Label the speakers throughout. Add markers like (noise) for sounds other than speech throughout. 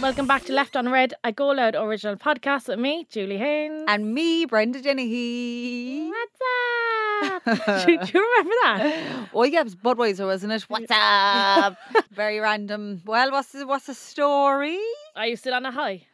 Speaker 1: Welcome back to Left on Red, a Go Loud original podcast with me, Julie Haynes.
Speaker 2: And me, Brenda Dennehy.
Speaker 1: What's up? (laughs) do, do you remember that?
Speaker 2: Oh yeah, it was Budweiser, wasn't it? What's up? (laughs) Very random. Well, what's the, what's the story?
Speaker 1: Are you still on a high?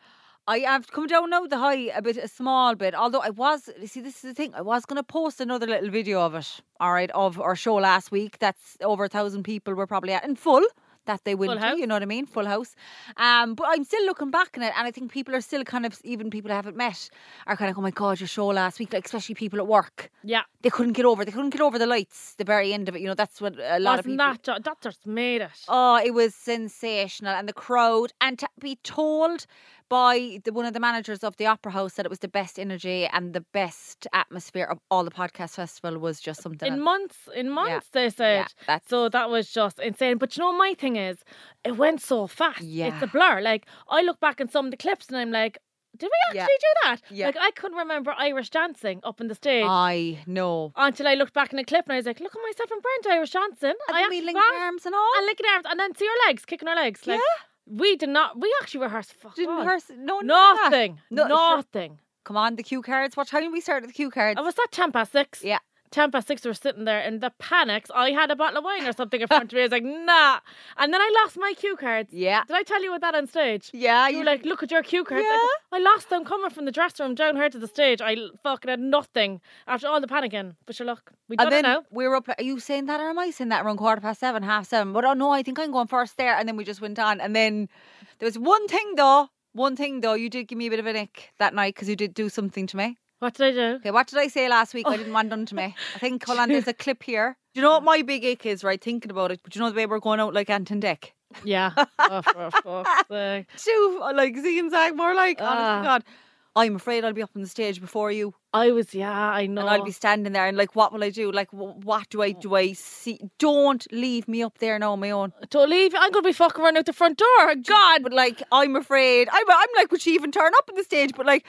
Speaker 2: I have come down now the high a bit, a small bit. Although I was, see, this is the thing. I was going to post another little video of it. All right, of our show last week. That's over a thousand people were probably at in full. That they wouldn't
Speaker 1: house.
Speaker 2: do, you know what I mean? Full house. Um, but I'm still looking back on it, and I think people are still kind of, even people I haven't met, are kind of, oh my god, your show last week, like especially people at work.
Speaker 1: Yeah.
Speaker 2: They couldn't get over. They couldn't get over the lights. The very end of it, you know, that's what a lot of
Speaker 1: Wasn't
Speaker 2: people.
Speaker 1: that ju- that just made it?
Speaker 2: Oh, it was sensational. And the crowd, and to be told by the, one of the managers of the Opera House that it was the best energy and the best atmosphere of all the podcast festival was just something.
Speaker 1: in
Speaker 2: else.
Speaker 1: months, in months, they said.
Speaker 2: Yeah, that's
Speaker 1: So that was just insane. But you know, my thing is, it went so fast. It's
Speaker 2: Yeah.
Speaker 1: a blur. Like, I look back on some of the clips and I'm like, did we actually
Speaker 2: Yeah.
Speaker 1: do that?
Speaker 2: Yeah. Oh.
Speaker 1: Like, I couldn't remember Irish dancing up on the stage.
Speaker 2: I know.
Speaker 1: until I looked back in a clip and I was like, look at myself and Brent Irish dancing.
Speaker 2: And
Speaker 1: I
Speaker 2: then we
Speaker 1: actually
Speaker 2: linked
Speaker 1: was.
Speaker 2: arms and all.
Speaker 1: and licking arms and then see her legs, kicking her legs. Like, we did not. We actually rehearsed. Fuck
Speaker 2: Didn't
Speaker 1: all.
Speaker 2: rehearse. No, none of that.
Speaker 1: Nothing.
Speaker 2: No, sure.
Speaker 1: nothing.
Speaker 2: Come on, the cue cards. What time did we start with the cue cards?
Speaker 1: I was that ten past six.
Speaker 2: Yeah.
Speaker 1: Ten past six, we were sitting there in the panics. I had a bottle of wine or something in front of me. I was like, nah. And then I lost my cue cards.
Speaker 2: Yeah.
Speaker 1: Did I tell you about that on stage?
Speaker 2: Yeah.
Speaker 1: You were like, look at your cue cards. I
Speaker 2: Yeah.
Speaker 1: go, I, lost them coming from the dressing room down here to the stage. I l- fucking had nothing after all the panicking. But sure, look, we done
Speaker 2: And then
Speaker 1: it now.
Speaker 2: we were up. Are you saying that, or am I saying that around quarter past seven, half seven? But oh no, I think I'm going first there. And then we just went on. And then there was one thing though. One thing though, you did give me a bit of a nick that night because you did do something to me.
Speaker 1: What did I do?
Speaker 2: Okay, what did I say last week? I didn't want done to me. I (laughs) think hold on, there's a clip here. Oh. Do you know what my big ache is? Right, thinking about it. But do you know the way we're going out like Ant and Dick.
Speaker 1: Yeah.
Speaker 2: (laughs)
Speaker 1: oh, for fuck's sake.
Speaker 2: Two like zigzag, more like honest
Speaker 1: Ah.
Speaker 2: to God. I'm afraid I'll be up on the stage before you.
Speaker 1: I was, yeah, I know.
Speaker 2: and I'll be standing there and like, what will I do? Like, wh- what do I do? I see. Don't leave me up there now on my own.
Speaker 1: Don't leave. I'm gonna be fucking running out the front door. Uh, God.
Speaker 2: But like, I'm afraid. I'm, I'm like, would she even turn up on the stage? But like,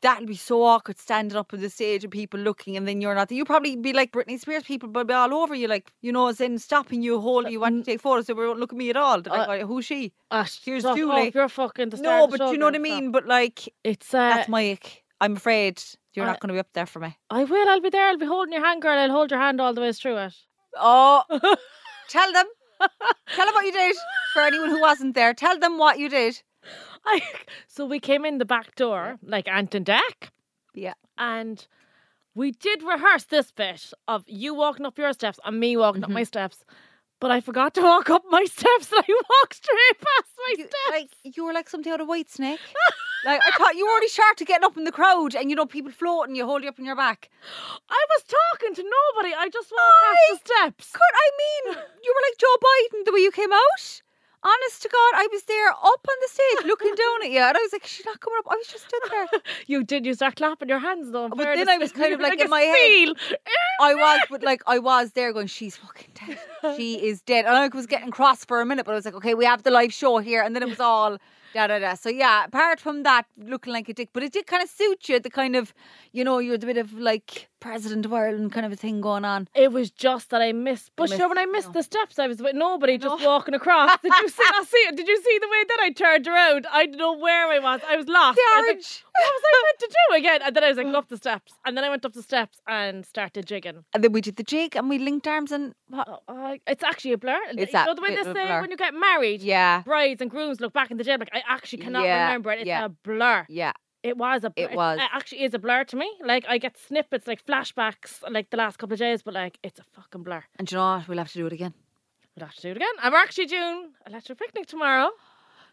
Speaker 2: that'll be so awkward standing up on the stage and people looking, and then you're not. You'll probably be like Britney Spears. People will be all over you, like you know, as in stopping you, holding you, wanting to take photos. They won't look at me at all. They're Like, who's she?
Speaker 1: Ah,
Speaker 2: Here's
Speaker 1: shut
Speaker 2: Julie.
Speaker 1: up, You're fucking the star
Speaker 2: No,
Speaker 1: of the
Speaker 2: but do
Speaker 1: show
Speaker 2: you know what I
Speaker 1: now,
Speaker 2: mean.
Speaker 1: stop.
Speaker 2: But like,
Speaker 1: It's uh,
Speaker 2: that's my ick. I'm afraid you're
Speaker 1: I-
Speaker 2: not going to be up there for me.
Speaker 1: I will. I'll be there. I'll be holding your hand, girl. I'll hold your hand all the way through it.
Speaker 2: Oh, tell them. Tell them what you did. For anyone who wasn't there, tell them what you did.
Speaker 1: I, (laughs) so we came in the back door, like Ant and Deck.
Speaker 2: Yeah.
Speaker 1: And we did rehearse this bit of you walking up your steps and me walking
Speaker 2: Mm-hmm.
Speaker 1: up my steps. But I forgot to walk up my (laughs) steps and I walked straight past my
Speaker 2: You,
Speaker 1: steps.
Speaker 2: like you were like something out of White Snake. like I thought you were already sharp to getting up in the crowd, and you know people floating, you hold you up on your back.
Speaker 1: I was talking to nobody. I just walked past the steps.
Speaker 2: God, I mean, you were like Joe Biden the way you came out. Honest to God, I was there up on the stage looking down at you, and I was like, she's not coming up. I was just stood there.
Speaker 1: You did. You start clapping your hands though. in
Speaker 2: But
Speaker 1: fairness. (laughs)
Speaker 2: then I was kind of
Speaker 1: You're
Speaker 2: like in
Speaker 1: a
Speaker 2: my head-
Speaker 1: seal. Eh?
Speaker 2: I was, but like I was there going, she's fucking dead. She
Speaker 1: (laughs)
Speaker 2: is dead. And I was getting cross for a minute, but I was like, okay, we have the live show here, and then it was all da da da. So yeah, apart from that, looking like a dick, but it did kind of suit you. The kind of, you know, you're the bit of like president of Ireland kind of a thing going on.
Speaker 1: It was just that I missed. But sure,
Speaker 2: missed
Speaker 1: when I
Speaker 2: it,
Speaker 1: missed
Speaker 2: no.
Speaker 1: the steps, I was with nobody just walking across. Did you see?
Speaker 2: (laughs)
Speaker 1: I see it. Did you see the way that I turned around? I didn't know where I was. I was lost.
Speaker 2: The
Speaker 1: I was like,
Speaker 2: orange.
Speaker 1: what was I meant to
Speaker 2: (laughs)
Speaker 1: do again? And then I was like, go up the steps. And then I went up the steps and started jigging.
Speaker 2: And then we did the jig, and we linked arms, and what?
Speaker 1: Oh, I- it's actually a blur.
Speaker 2: It's
Speaker 1: you
Speaker 2: a
Speaker 1: know the way
Speaker 2: bit
Speaker 1: they
Speaker 2: of a
Speaker 1: say
Speaker 2: blur.
Speaker 1: when you get married,
Speaker 2: yeah,
Speaker 1: brides and grooms look back in the gym like, I actually cannot
Speaker 2: Yeah,
Speaker 1: remember it. It's
Speaker 2: yeah.
Speaker 1: a blur.
Speaker 2: yeah.
Speaker 1: It was a. Blur.
Speaker 2: It was.
Speaker 1: It actually is a blur to me. Like I get snippets, like flashbacks, like the last couple of days, but like it's a fucking blur.
Speaker 2: And do you know what? We'll have to do it again.
Speaker 1: We'll have to do it again. And we're actually doing a lecture picnic tomorrow. (sighs)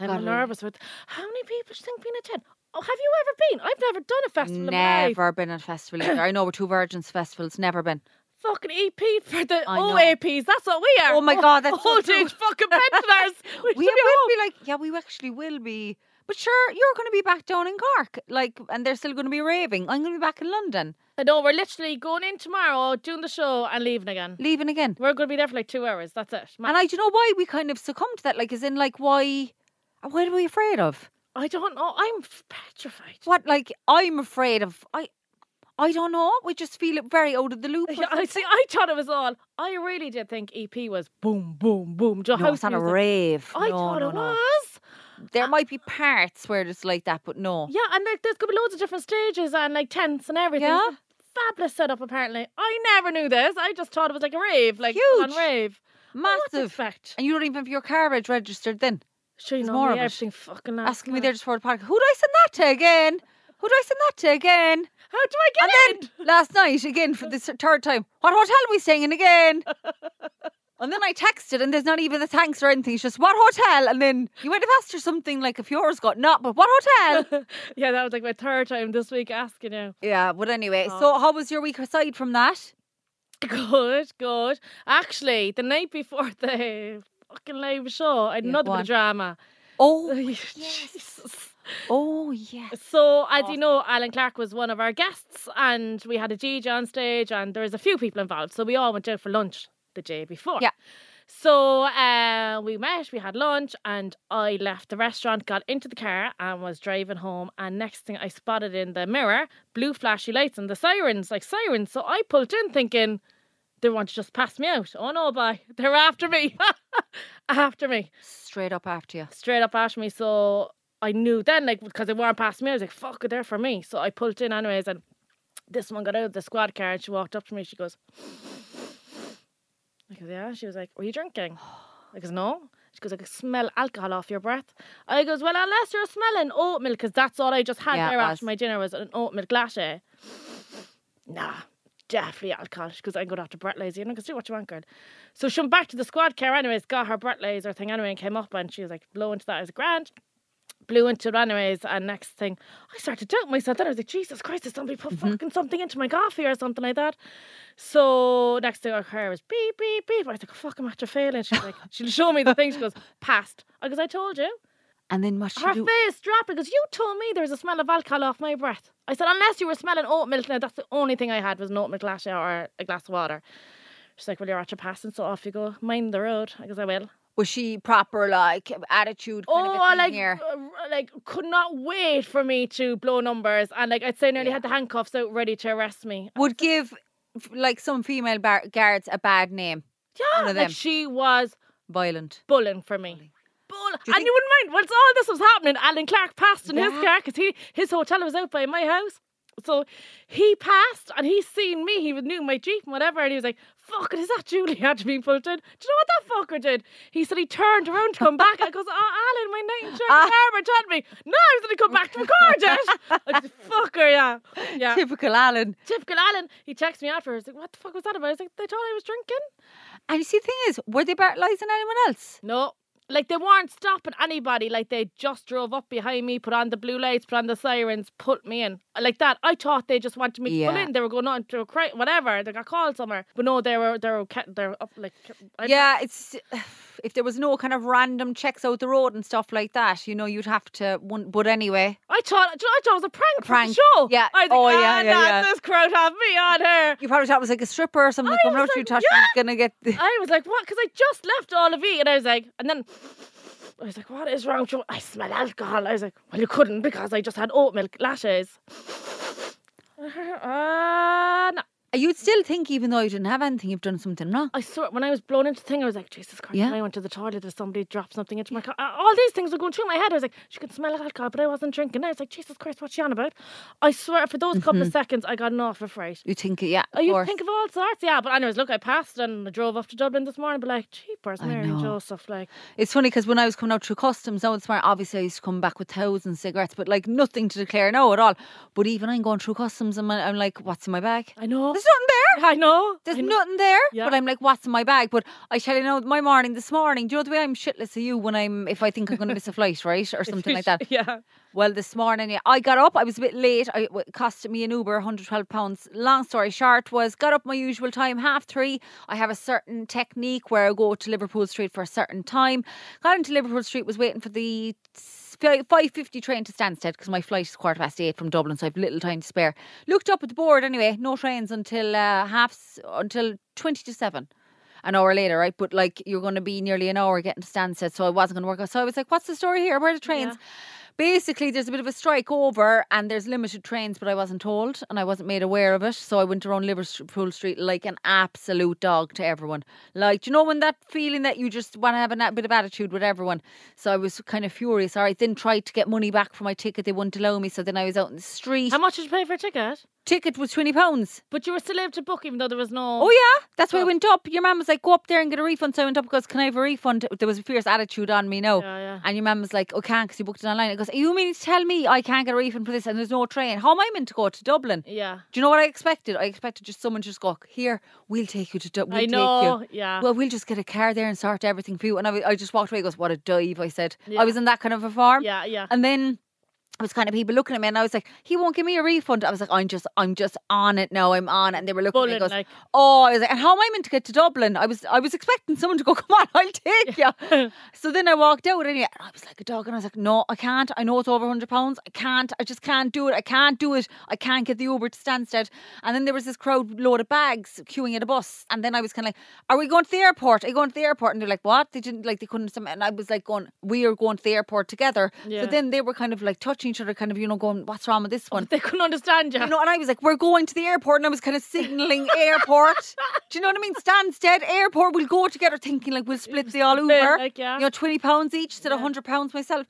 Speaker 1: I'm
Speaker 2: God, Lord.
Speaker 1: nervous with how many people do you think being at ten? Oh, have you ever been? I've never done a festival in my life.
Speaker 2: Never been at a festival either. I know we're two virgins festivals. Never been.
Speaker 1: Fucking EP for the
Speaker 2: I know.
Speaker 1: OAPs. That's what we are.
Speaker 2: Oh my God, that's
Speaker 1: (laughs)
Speaker 2: so
Speaker 1: old
Speaker 2: true.
Speaker 1: age fucking pensioners. (laughs) we,
Speaker 2: (laughs) we
Speaker 1: should be
Speaker 2: will
Speaker 1: home.
Speaker 2: be like, yeah, we actually will be. But sure, you're going to be back down in Cork, like, and they're still going to be raving. I'm going to be back in London,
Speaker 1: I know we're literally going in tomorrow, doing the show, and leaving again.
Speaker 2: leaving again.
Speaker 1: We're going to be there for like two hours. That's it. Ma-
Speaker 2: And I do you know why we kind of succumb to that. Like, as in, like, why? What are we afraid of?
Speaker 1: I don't know. I'm f- petrified.
Speaker 2: What? Like, I'm afraid of. I, I don't know. We just feel it very out of the loop. or
Speaker 1: Yeah, (laughs) I see.
Speaker 2: (laughs)
Speaker 1: I thought it was all. I really did think EP E was boom, boom, boom. Just
Speaker 2: something. no,
Speaker 1: house
Speaker 2: it's not a
Speaker 1: music.
Speaker 2: rave.
Speaker 1: I
Speaker 2: no,
Speaker 1: thought
Speaker 2: no,
Speaker 1: it
Speaker 2: no.
Speaker 1: was.
Speaker 2: there might be parts where it's like that, but no.
Speaker 1: Yeah, and like there's gonna be loads of different stages and like tents and everything.
Speaker 2: Yeah.
Speaker 1: It's a Fabulous setup apparently. I never knew this. I just thought it was like a rave, like full-on
Speaker 2: Huge.
Speaker 1: rave. What the
Speaker 2: Massive.
Speaker 1: fact?
Speaker 2: And you don't even have your carriage registered then.
Speaker 1: Sure, you
Speaker 2: There's
Speaker 1: know
Speaker 2: more
Speaker 1: me,
Speaker 2: of it.
Speaker 1: everything fucking last
Speaker 2: Asking me
Speaker 1: night.
Speaker 2: there just for the park. Who do I send that to again? Who do I send that to again?
Speaker 1: How do I get in? (laughs)
Speaker 2: And then last night, again for the s- third time, what hotel are we staying in again? (laughs) And then I texted, and there's not even the thanks or anything. It's just what hotel, and then you might have asked her something like if yours got not, but what hotel?
Speaker 1: yeah, that was like my third time this week asking you.
Speaker 2: (laughs) yeah, but anyway, so
Speaker 1: Oh.
Speaker 2: how was your week aside from that?
Speaker 1: Good, good. Actually, the night before (laughs) the fucking live show, I had
Speaker 2: Yeah,
Speaker 1: another
Speaker 2: go
Speaker 1: bit
Speaker 2: on.
Speaker 1: of drama. (laughs)
Speaker 2: Oh,
Speaker 1: Jesus.
Speaker 2: oh yes.
Speaker 1: So, as you
Speaker 2: Awesome.
Speaker 1: know, Alan Clark was one of our guests, and we had a DJ on stage, and there was a few people involved. So we all went out for lunch the day before.
Speaker 2: Yeah.
Speaker 1: So uh, we met, we had lunch, and I left the restaurant, got into the car, and was driving home. And next thing I spotted in the mirror, blue flashy lights and the sirens, like sirens. So I pulled in thinking they want to just pass me out. Oh no, bye! (laughs) They're after me, after me
Speaker 2: Straight up after you.
Speaker 1: straight up at me. So I knew then, like, because they weren't past me, I was like, fuck, they're for me. So I pulled in anyways, and this one got out of the squad car and she walked up to me. She goes, I goes, yeah. She was like, were you drinking? I goes, no. She goes, I can smell alcohol off your breath. I goes, well, unless you're smelling oat milk, because that's all I just had
Speaker 2: Yeah, it
Speaker 1: there
Speaker 2: was.
Speaker 1: after my dinner was an oat milk latte. Nah, definitely alcohol. She goes, I'm going to have to breathalyze you. And I goes, do what you want, girl. So she went back to the squad car anyways, got her breathalyzer thing anyway and came up and she was like, blow into that as a grand. Blew into it anyways and next thing, I started to doubt myself. Then I was like, Jesus Christ, did somebody put
Speaker 2: Mm-hmm.
Speaker 1: fucking something into my coffee or something like that? So next thing I heard was beep, beep, beep. I was like, fuck, I'm after failing. She's
Speaker 2: (laughs)
Speaker 1: like, she'll show me the thing. She goes, passed. I goes, I told you.
Speaker 2: And then what she
Speaker 1: Her
Speaker 2: do?
Speaker 1: face dropped because you told me there was a smell of alcohol off my breath. I said, unless you were smelling oat milk now, that's the only thing I had was an oat milk latte or a glass of water. She's like, well, you're at your passing, so off you go. Mind the road. I guess I will.
Speaker 2: Was she proper like attitude? Kind of a
Speaker 1: oh,
Speaker 2: thing
Speaker 1: like,
Speaker 2: here?
Speaker 1: uh, r- like, could not wait for me to blow numbers. And like, I'd say nearly had the handcuffs out ready to arrest me.
Speaker 2: would give f- like some female bar- guards a bad name.
Speaker 1: Yeah,
Speaker 2: One of
Speaker 1: like
Speaker 2: them.
Speaker 1: she was
Speaker 2: Violent.
Speaker 1: bullying for me. Bull- and
Speaker 2: you think-
Speaker 1: you wouldn't mind once all this was happening. Alan Clark passed in
Speaker 2: Yeah.
Speaker 1: his car because he his hotel was out by my house, so he passed and he seen me. He knew my jeep and whatever, and he was like, "Fuck it, is that Julie had to be pulled in?" Do you know what that fucker did? He said he turned around to come back. I goes, "Oh, Alan, my knight in shirt
Speaker 2: Ah.
Speaker 1: and armour told me no, I was going to come back to record it." I said, "Fucker,
Speaker 2: (laughs)
Speaker 1: yeah, yeah."
Speaker 2: Typical Alan.
Speaker 1: Typical Alan. He texted me afterwards like, "What the fuck was that about?" I was like, "They told I was drinking."
Speaker 2: And you see, the thing is, were they brutalising anyone else?
Speaker 1: No. Like they weren't stopping anybody. Like they just drove up behind me, put on the blue lights, put on the sirens, put me in like that. I thought they just wanted me to pull
Speaker 2: Yeah.
Speaker 1: in. They were going on to a cri- whatever. They got called somewhere, but no, they were they were ca- they're up like I-
Speaker 2: yeah, it's (sighs) if there was no kind of random checks out the road and stuff like that, you know, you'd have to. One, but anyway,
Speaker 1: I thought do you know, I thought it was a prank, for
Speaker 2: prank.
Speaker 1: The show.
Speaker 2: Yeah.
Speaker 1: I think,
Speaker 2: Oh,
Speaker 1: oh yeah,
Speaker 2: yeah, yeah, yeah."
Speaker 1: This crowd have me on here.
Speaker 2: you probably thought it was like a stripper or something
Speaker 1: I
Speaker 2: coming out.
Speaker 1: was
Speaker 2: to You
Speaker 1: like,
Speaker 2: thought she was gonna get.
Speaker 1: I was like, what? Because I just left all of you, and I was like, and then. I was like, what is wrong with you? I smell alcohol. I was like, well, you couldn't because I just had oat milk lashes. (laughs) Uh, no.
Speaker 2: (laughs) You'd still think, even though you didn't have anything, you've done something wrong.
Speaker 1: I saw when I was blown into the thing, I was like, Jesus Christ,
Speaker 2: Yeah.
Speaker 1: when I went to the toilet, did somebody drop something into my car? Uh, All these things were going through my head. I was like, she could smell alcohol, but I wasn't drinking. I was like, Jesus Christ, what's she on about? I swear, for those
Speaker 2: Mm-hmm.
Speaker 1: couple of seconds, I got an awful fright.
Speaker 2: You think, yeah, of
Speaker 1: Oh, you
Speaker 2: course.
Speaker 1: think of all sorts, yeah. But anyways, look, I passed and I drove off to Dublin this morning, but like, cheapers,
Speaker 2: I
Speaker 1: Mary
Speaker 2: know.
Speaker 1: Joseph, like,
Speaker 2: It's funny because when I was coming out through customs, now it's smart. Obviously, I used to come back with thousands of cigarettes, but like nothing to declare now at all. But even I'm going through customs, and I'm like, what's in my bag?
Speaker 1: I know,
Speaker 2: There's nothing
Speaker 1: (laughs)
Speaker 2: there.
Speaker 1: I know.
Speaker 2: There's
Speaker 1: I know.
Speaker 2: nothing there.
Speaker 1: Yeah.
Speaker 2: But I'm like, what's in my bag? But I tell you now, my morning this morning. Do you know the way I'm shitless of you when I'm if I think I'm going to miss a flight, right, or
Speaker 1: (laughs)
Speaker 2: something like that.
Speaker 1: Yeah.
Speaker 2: Well, this morning yeah, I got up. I was a bit late. I, it cost me an Uber, 112 pounds. Long story short was got up my usual time, half three. I have a certain technique where I go to Liverpool Street for a certain time. Got into Liverpool Street, was waiting for the s- fi- 5.50 train to Stansted because my flight is quarter past eight from Dublin, so I've little time to spare. Looked up at the board anyway. No trains until uh, half s- until 20 to seven an hour later, right? But like you're going to be nearly an hour getting to Stansted, so I wasn't going to work out. So I was like, "What's the story here? Where are the trains?" basically there's a bit of a strike over and there's limited trains, but I wasn't told and I wasn't made aware of it. So I went around Liverpool Street like an absolute dog to everyone. Like, do you know when that feeling that you just want to have a na- bit of attitude with everyone? So I was kind of furious. All right, then tried to get money back for my ticket. They wouldn't allow me. So then I was out in the street.
Speaker 1: How much did you pay for a ticket?
Speaker 2: ticket was £20. pounds.
Speaker 1: But you were still able to book even though there was no.
Speaker 2: Oh yeah, that's why I
Speaker 1: Oh.
Speaker 2: went up. Your mum was like, "Go up there and get a refund." So I went up because, "Can I have a refund?" There was a fierce attitude on me. No,
Speaker 1: Yeah, yeah.
Speaker 2: and your mum was like, "Oh, can't because you booked it online." It goes, "You mean to tell me I can't get a refund for this and there's no train? How am I meant to go to Dublin?"
Speaker 1: Yeah.
Speaker 2: Do you know what I expected? I expected just someone just go here. We'll take you to Dublin. We'll
Speaker 1: I
Speaker 2: take
Speaker 1: know.
Speaker 2: you."
Speaker 1: Yeah.
Speaker 2: Well, we'll just get a car there and sort everything for you. And I, wa- I just walked away. Goes, what a dive! I said,
Speaker 1: Yeah.
Speaker 2: I was in that kind of a farm.
Speaker 1: yeah, yeah.
Speaker 2: And then it was kind of people looking at me, and I was like, "He won't give me a refund." I was like, "I'm just, I'm just on it now. I'm on." it." And they were looking at me.
Speaker 1: Bullet,
Speaker 2: and Goes,
Speaker 1: like- (laughs)
Speaker 2: "Oh," I was like, "And how am I meant to get to Dublin?" I was, I was expecting someone to go, (laughs) "Come on, I'll take you." so then I walked out anyway, and I was like a dog, and I was like, "No, I can't. I know it's over hundred pounds. I can't. I just can't do it. I can't do it. I can't get the Uber to Stansted." And then there was this crowd load of bags queuing at a bus, and then I was kind of like, "Are we going to the airport? Are you going to the airport?" And they're like, "What?" They didn't like, they couldn't. And I was like, "Going, we are going to the airport together."
Speaker 1: Yeah.
Speaker 2: So then they were kind of like touching each other, kind of, you know, going, what's wrong with this one?
Speaker 1: They couldn't understand you. (laughs)
Speaker 2: You know, and I was like, we're going to the airport. And I was kind of signaling airport. Do you know what I mean? Stansted, airport, we'll go together, thinking like we'll split the all
Speaker 1: split,
Speaker 2: over.
Speaker 1: like, yeah.
Speaker 2: You know, 20 pounds each, instead of 100 pounds myself.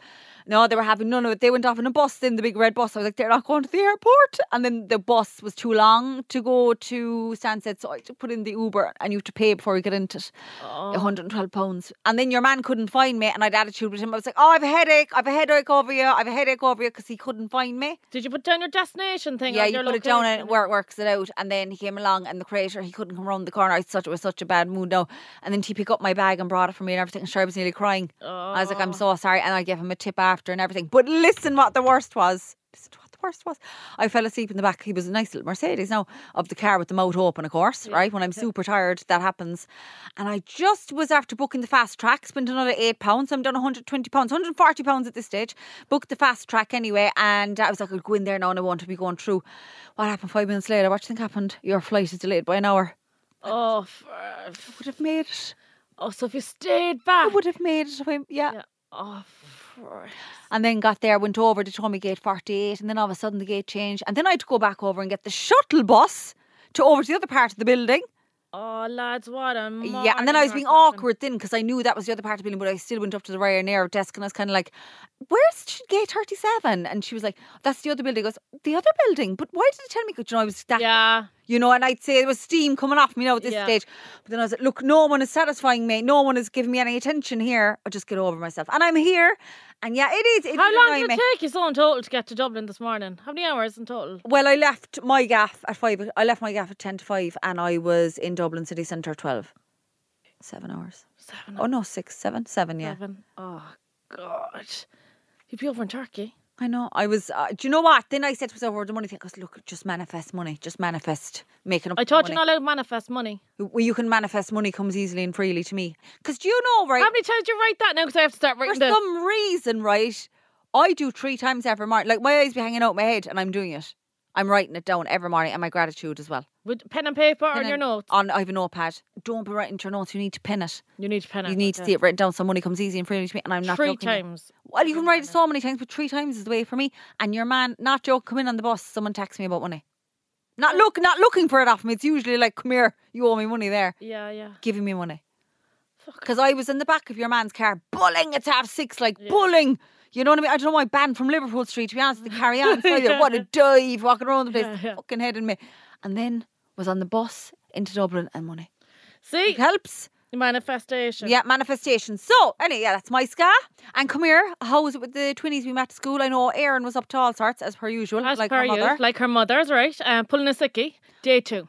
Speaker 2: No, they were having none of it. They went off in a bus, then the big red bus. I was like, they're not going to the airport. And then the bus was too long to go to Stansted. So I had to put in the Uber and you have to pay before you get into it.
Speaker 1: Oh.
Speaker 2: 112 pounds. And then your man couldn't find me, and I'd attitude with him. I was like, "Oh, I've a headache. I've a headache over you. I've a headache over you," because he couldn't find me.
Speaker 1: Did you put down your destination thing?
Speaker 2: yeah,
Speaker 1: or
Speaker 2: you
Speaker 1: your
Speaker 2: put it down
Speaker 1: location?
Speaker 2: and where it works it out. And then he came along, and the creator he couldn't come around the corner. I was such it was such a bad mood now. And then he picked up my bag and brought it for me and everything. And sure, I was nearly crying. I was like,
Speaker 1: Oh.
Speaker 2: "I'm so sorry," and I gave him a tip after and everything. But listen, what the worst was. Listen to what the worst was. I fell asleep in the back. He was a nice little Mercedes now of the car with the moat open, of course, right? When I'm super tired, that happens. And I just was after booking the fast track, spent another eight pounds. I'm done 120 pounds, 140 pounds at this stage. Booked the fast track anyway, and I was like, I'll go in there now and I want to be going through. What happened five minutes later? What do you think happened? Your flight is delayed by an hour.
Speaker 1: Oh, f- uh, f-
Speaker 2: Would have made it.
Speaker 1: oh, so if you stayed back.
Speaker 2: I (laughs) would have made it. if I- yeah.
Speaker 1: Yeah. Oh, f-
Speaker 2: And then got there, went over, they told me gate 48, and then all of a sudden the gate changed. And then I had to go back over and get the shuttle bus to over to the other part of the building.
Speaker 1: oh, lads, what a
Speaker 2: yeah, and then I
Speaker 1: morning or
Speaker 2: was being
Speaker 1: something.
Speaker 2: awkward then because I knew that was the other part of the building, but I still went up to the Ryanair desk and I was kind of like, Where's t- gate 37? And she was like, That's the other building. I goes, The other building? But why did you tell me? 'Cause, you know, I was that
Speaker 1: Yeah.
Speaker 2: you know, and I'd say there was steam coming off me now at this
Speaker 1: Yeah.
Speaker 2: stage. But then I was like, look, no one is satisfying me. No one is giving me any attention here. I'll just get over myself. And I'm here. And yeah, it is. It
Speaker 1: How
Speaker 2: did
Speaker 1: long
Speaker 2: annoy
Speaker 1: did
Speaker 2: me.
Speaker 1: it take you so in total to get to Dublin this morning? How many hours in total?
Speaker 2: Well, I left my gaff at five. I left my gaff at 10 to 5 and I was in Dublin city centre at 12. Seven hours.
Speaker 1: Seven.
Speaker 2: Oh, no, six, seven, seven, yeah.
Speaker 1: Seven. Oh, God. You'd be over in Turkey.
Speaker 2: I know. I was, uh, do you know what? Then I said to myself over the money thing, I goes, look, just manifest money. Just manifest. Making up
Speaker 1: I
Speaker 2: the
Speaker 1: thought you're
Speaker 2: money.
Speaker 1: not allowed to manifest money.
Speaker 2: Well, you can manifest money comes easily and freely to me. Because do you know, right?
Speaker 1: How many times did you write that now? Because I have to start
Speaker 2: for
Speaker 1: writing this.
Speaker 2: some reason, right? I do three times every morning. Like my eyes be hanging out my head, and I'm doing it. I'm writing it down every morning, and my gratitude as well.
Speaker 1: With pen and paper or
Speaker 2: Pen
Speaker 1: on your
Speaker 2: and-
Speaker 1: notes?
Speaker 2: On I have a notepad. Don't be writing to your notes. You need to pin it.
Speaker 1: You need to pen
Speaker 2: You
Speaker 1: it,
Speaker 2: need to
Speaker 1: okay.
Speaker 2: see it written down so money comes easy and freely to me. And I'm not
Speaker 1: Three
Speaker 2: joking.
Speaker 1: times. Mm-hmm.
Speaker 2: Well, you can write it so many times, but three times is the way for me. And your man, not joke, come in on the bus. Someone texts me about money. Not look, not looking for it off me. It's usually like, come here, you owe me money there
Speaker 1: Yeah, yeah.
Speaker 2: giving me money.
Speaker 1: Fuck.
Speaker 2: Because I was in the back of your man's car, bulling at half six, like bulling. You know what I mean? I don't know why banned from Liverpool Street, to be honest, the
Speaker 1: (laughs)
Speaker 2: carry on. So you- What a dive walking around the place,
Speaker 1: Yeah, yeah.
Speaker 2: fucking heading me. And then was on the bus into Dublin and money.
Speaker 1: See?
Speaker 2: It helps.
Speaker 1: Manifestation.
Speaker 2: Yeah, manifestation. So, anyway, yeah, that's my ska. And come here, how was it with the twinnies we met at school? I know Erin was up to all sorts, as per usual,
Speaker 1: As
Speaker 2: like
Speaker 1: per
Speaker 2: her
Speaker 1: you,
Speaker 2: mother.
Speaker 1: like her mother's, right? Um, pulling a sickie. Day
Speaker 2: (sighs)
Speaker 1: two.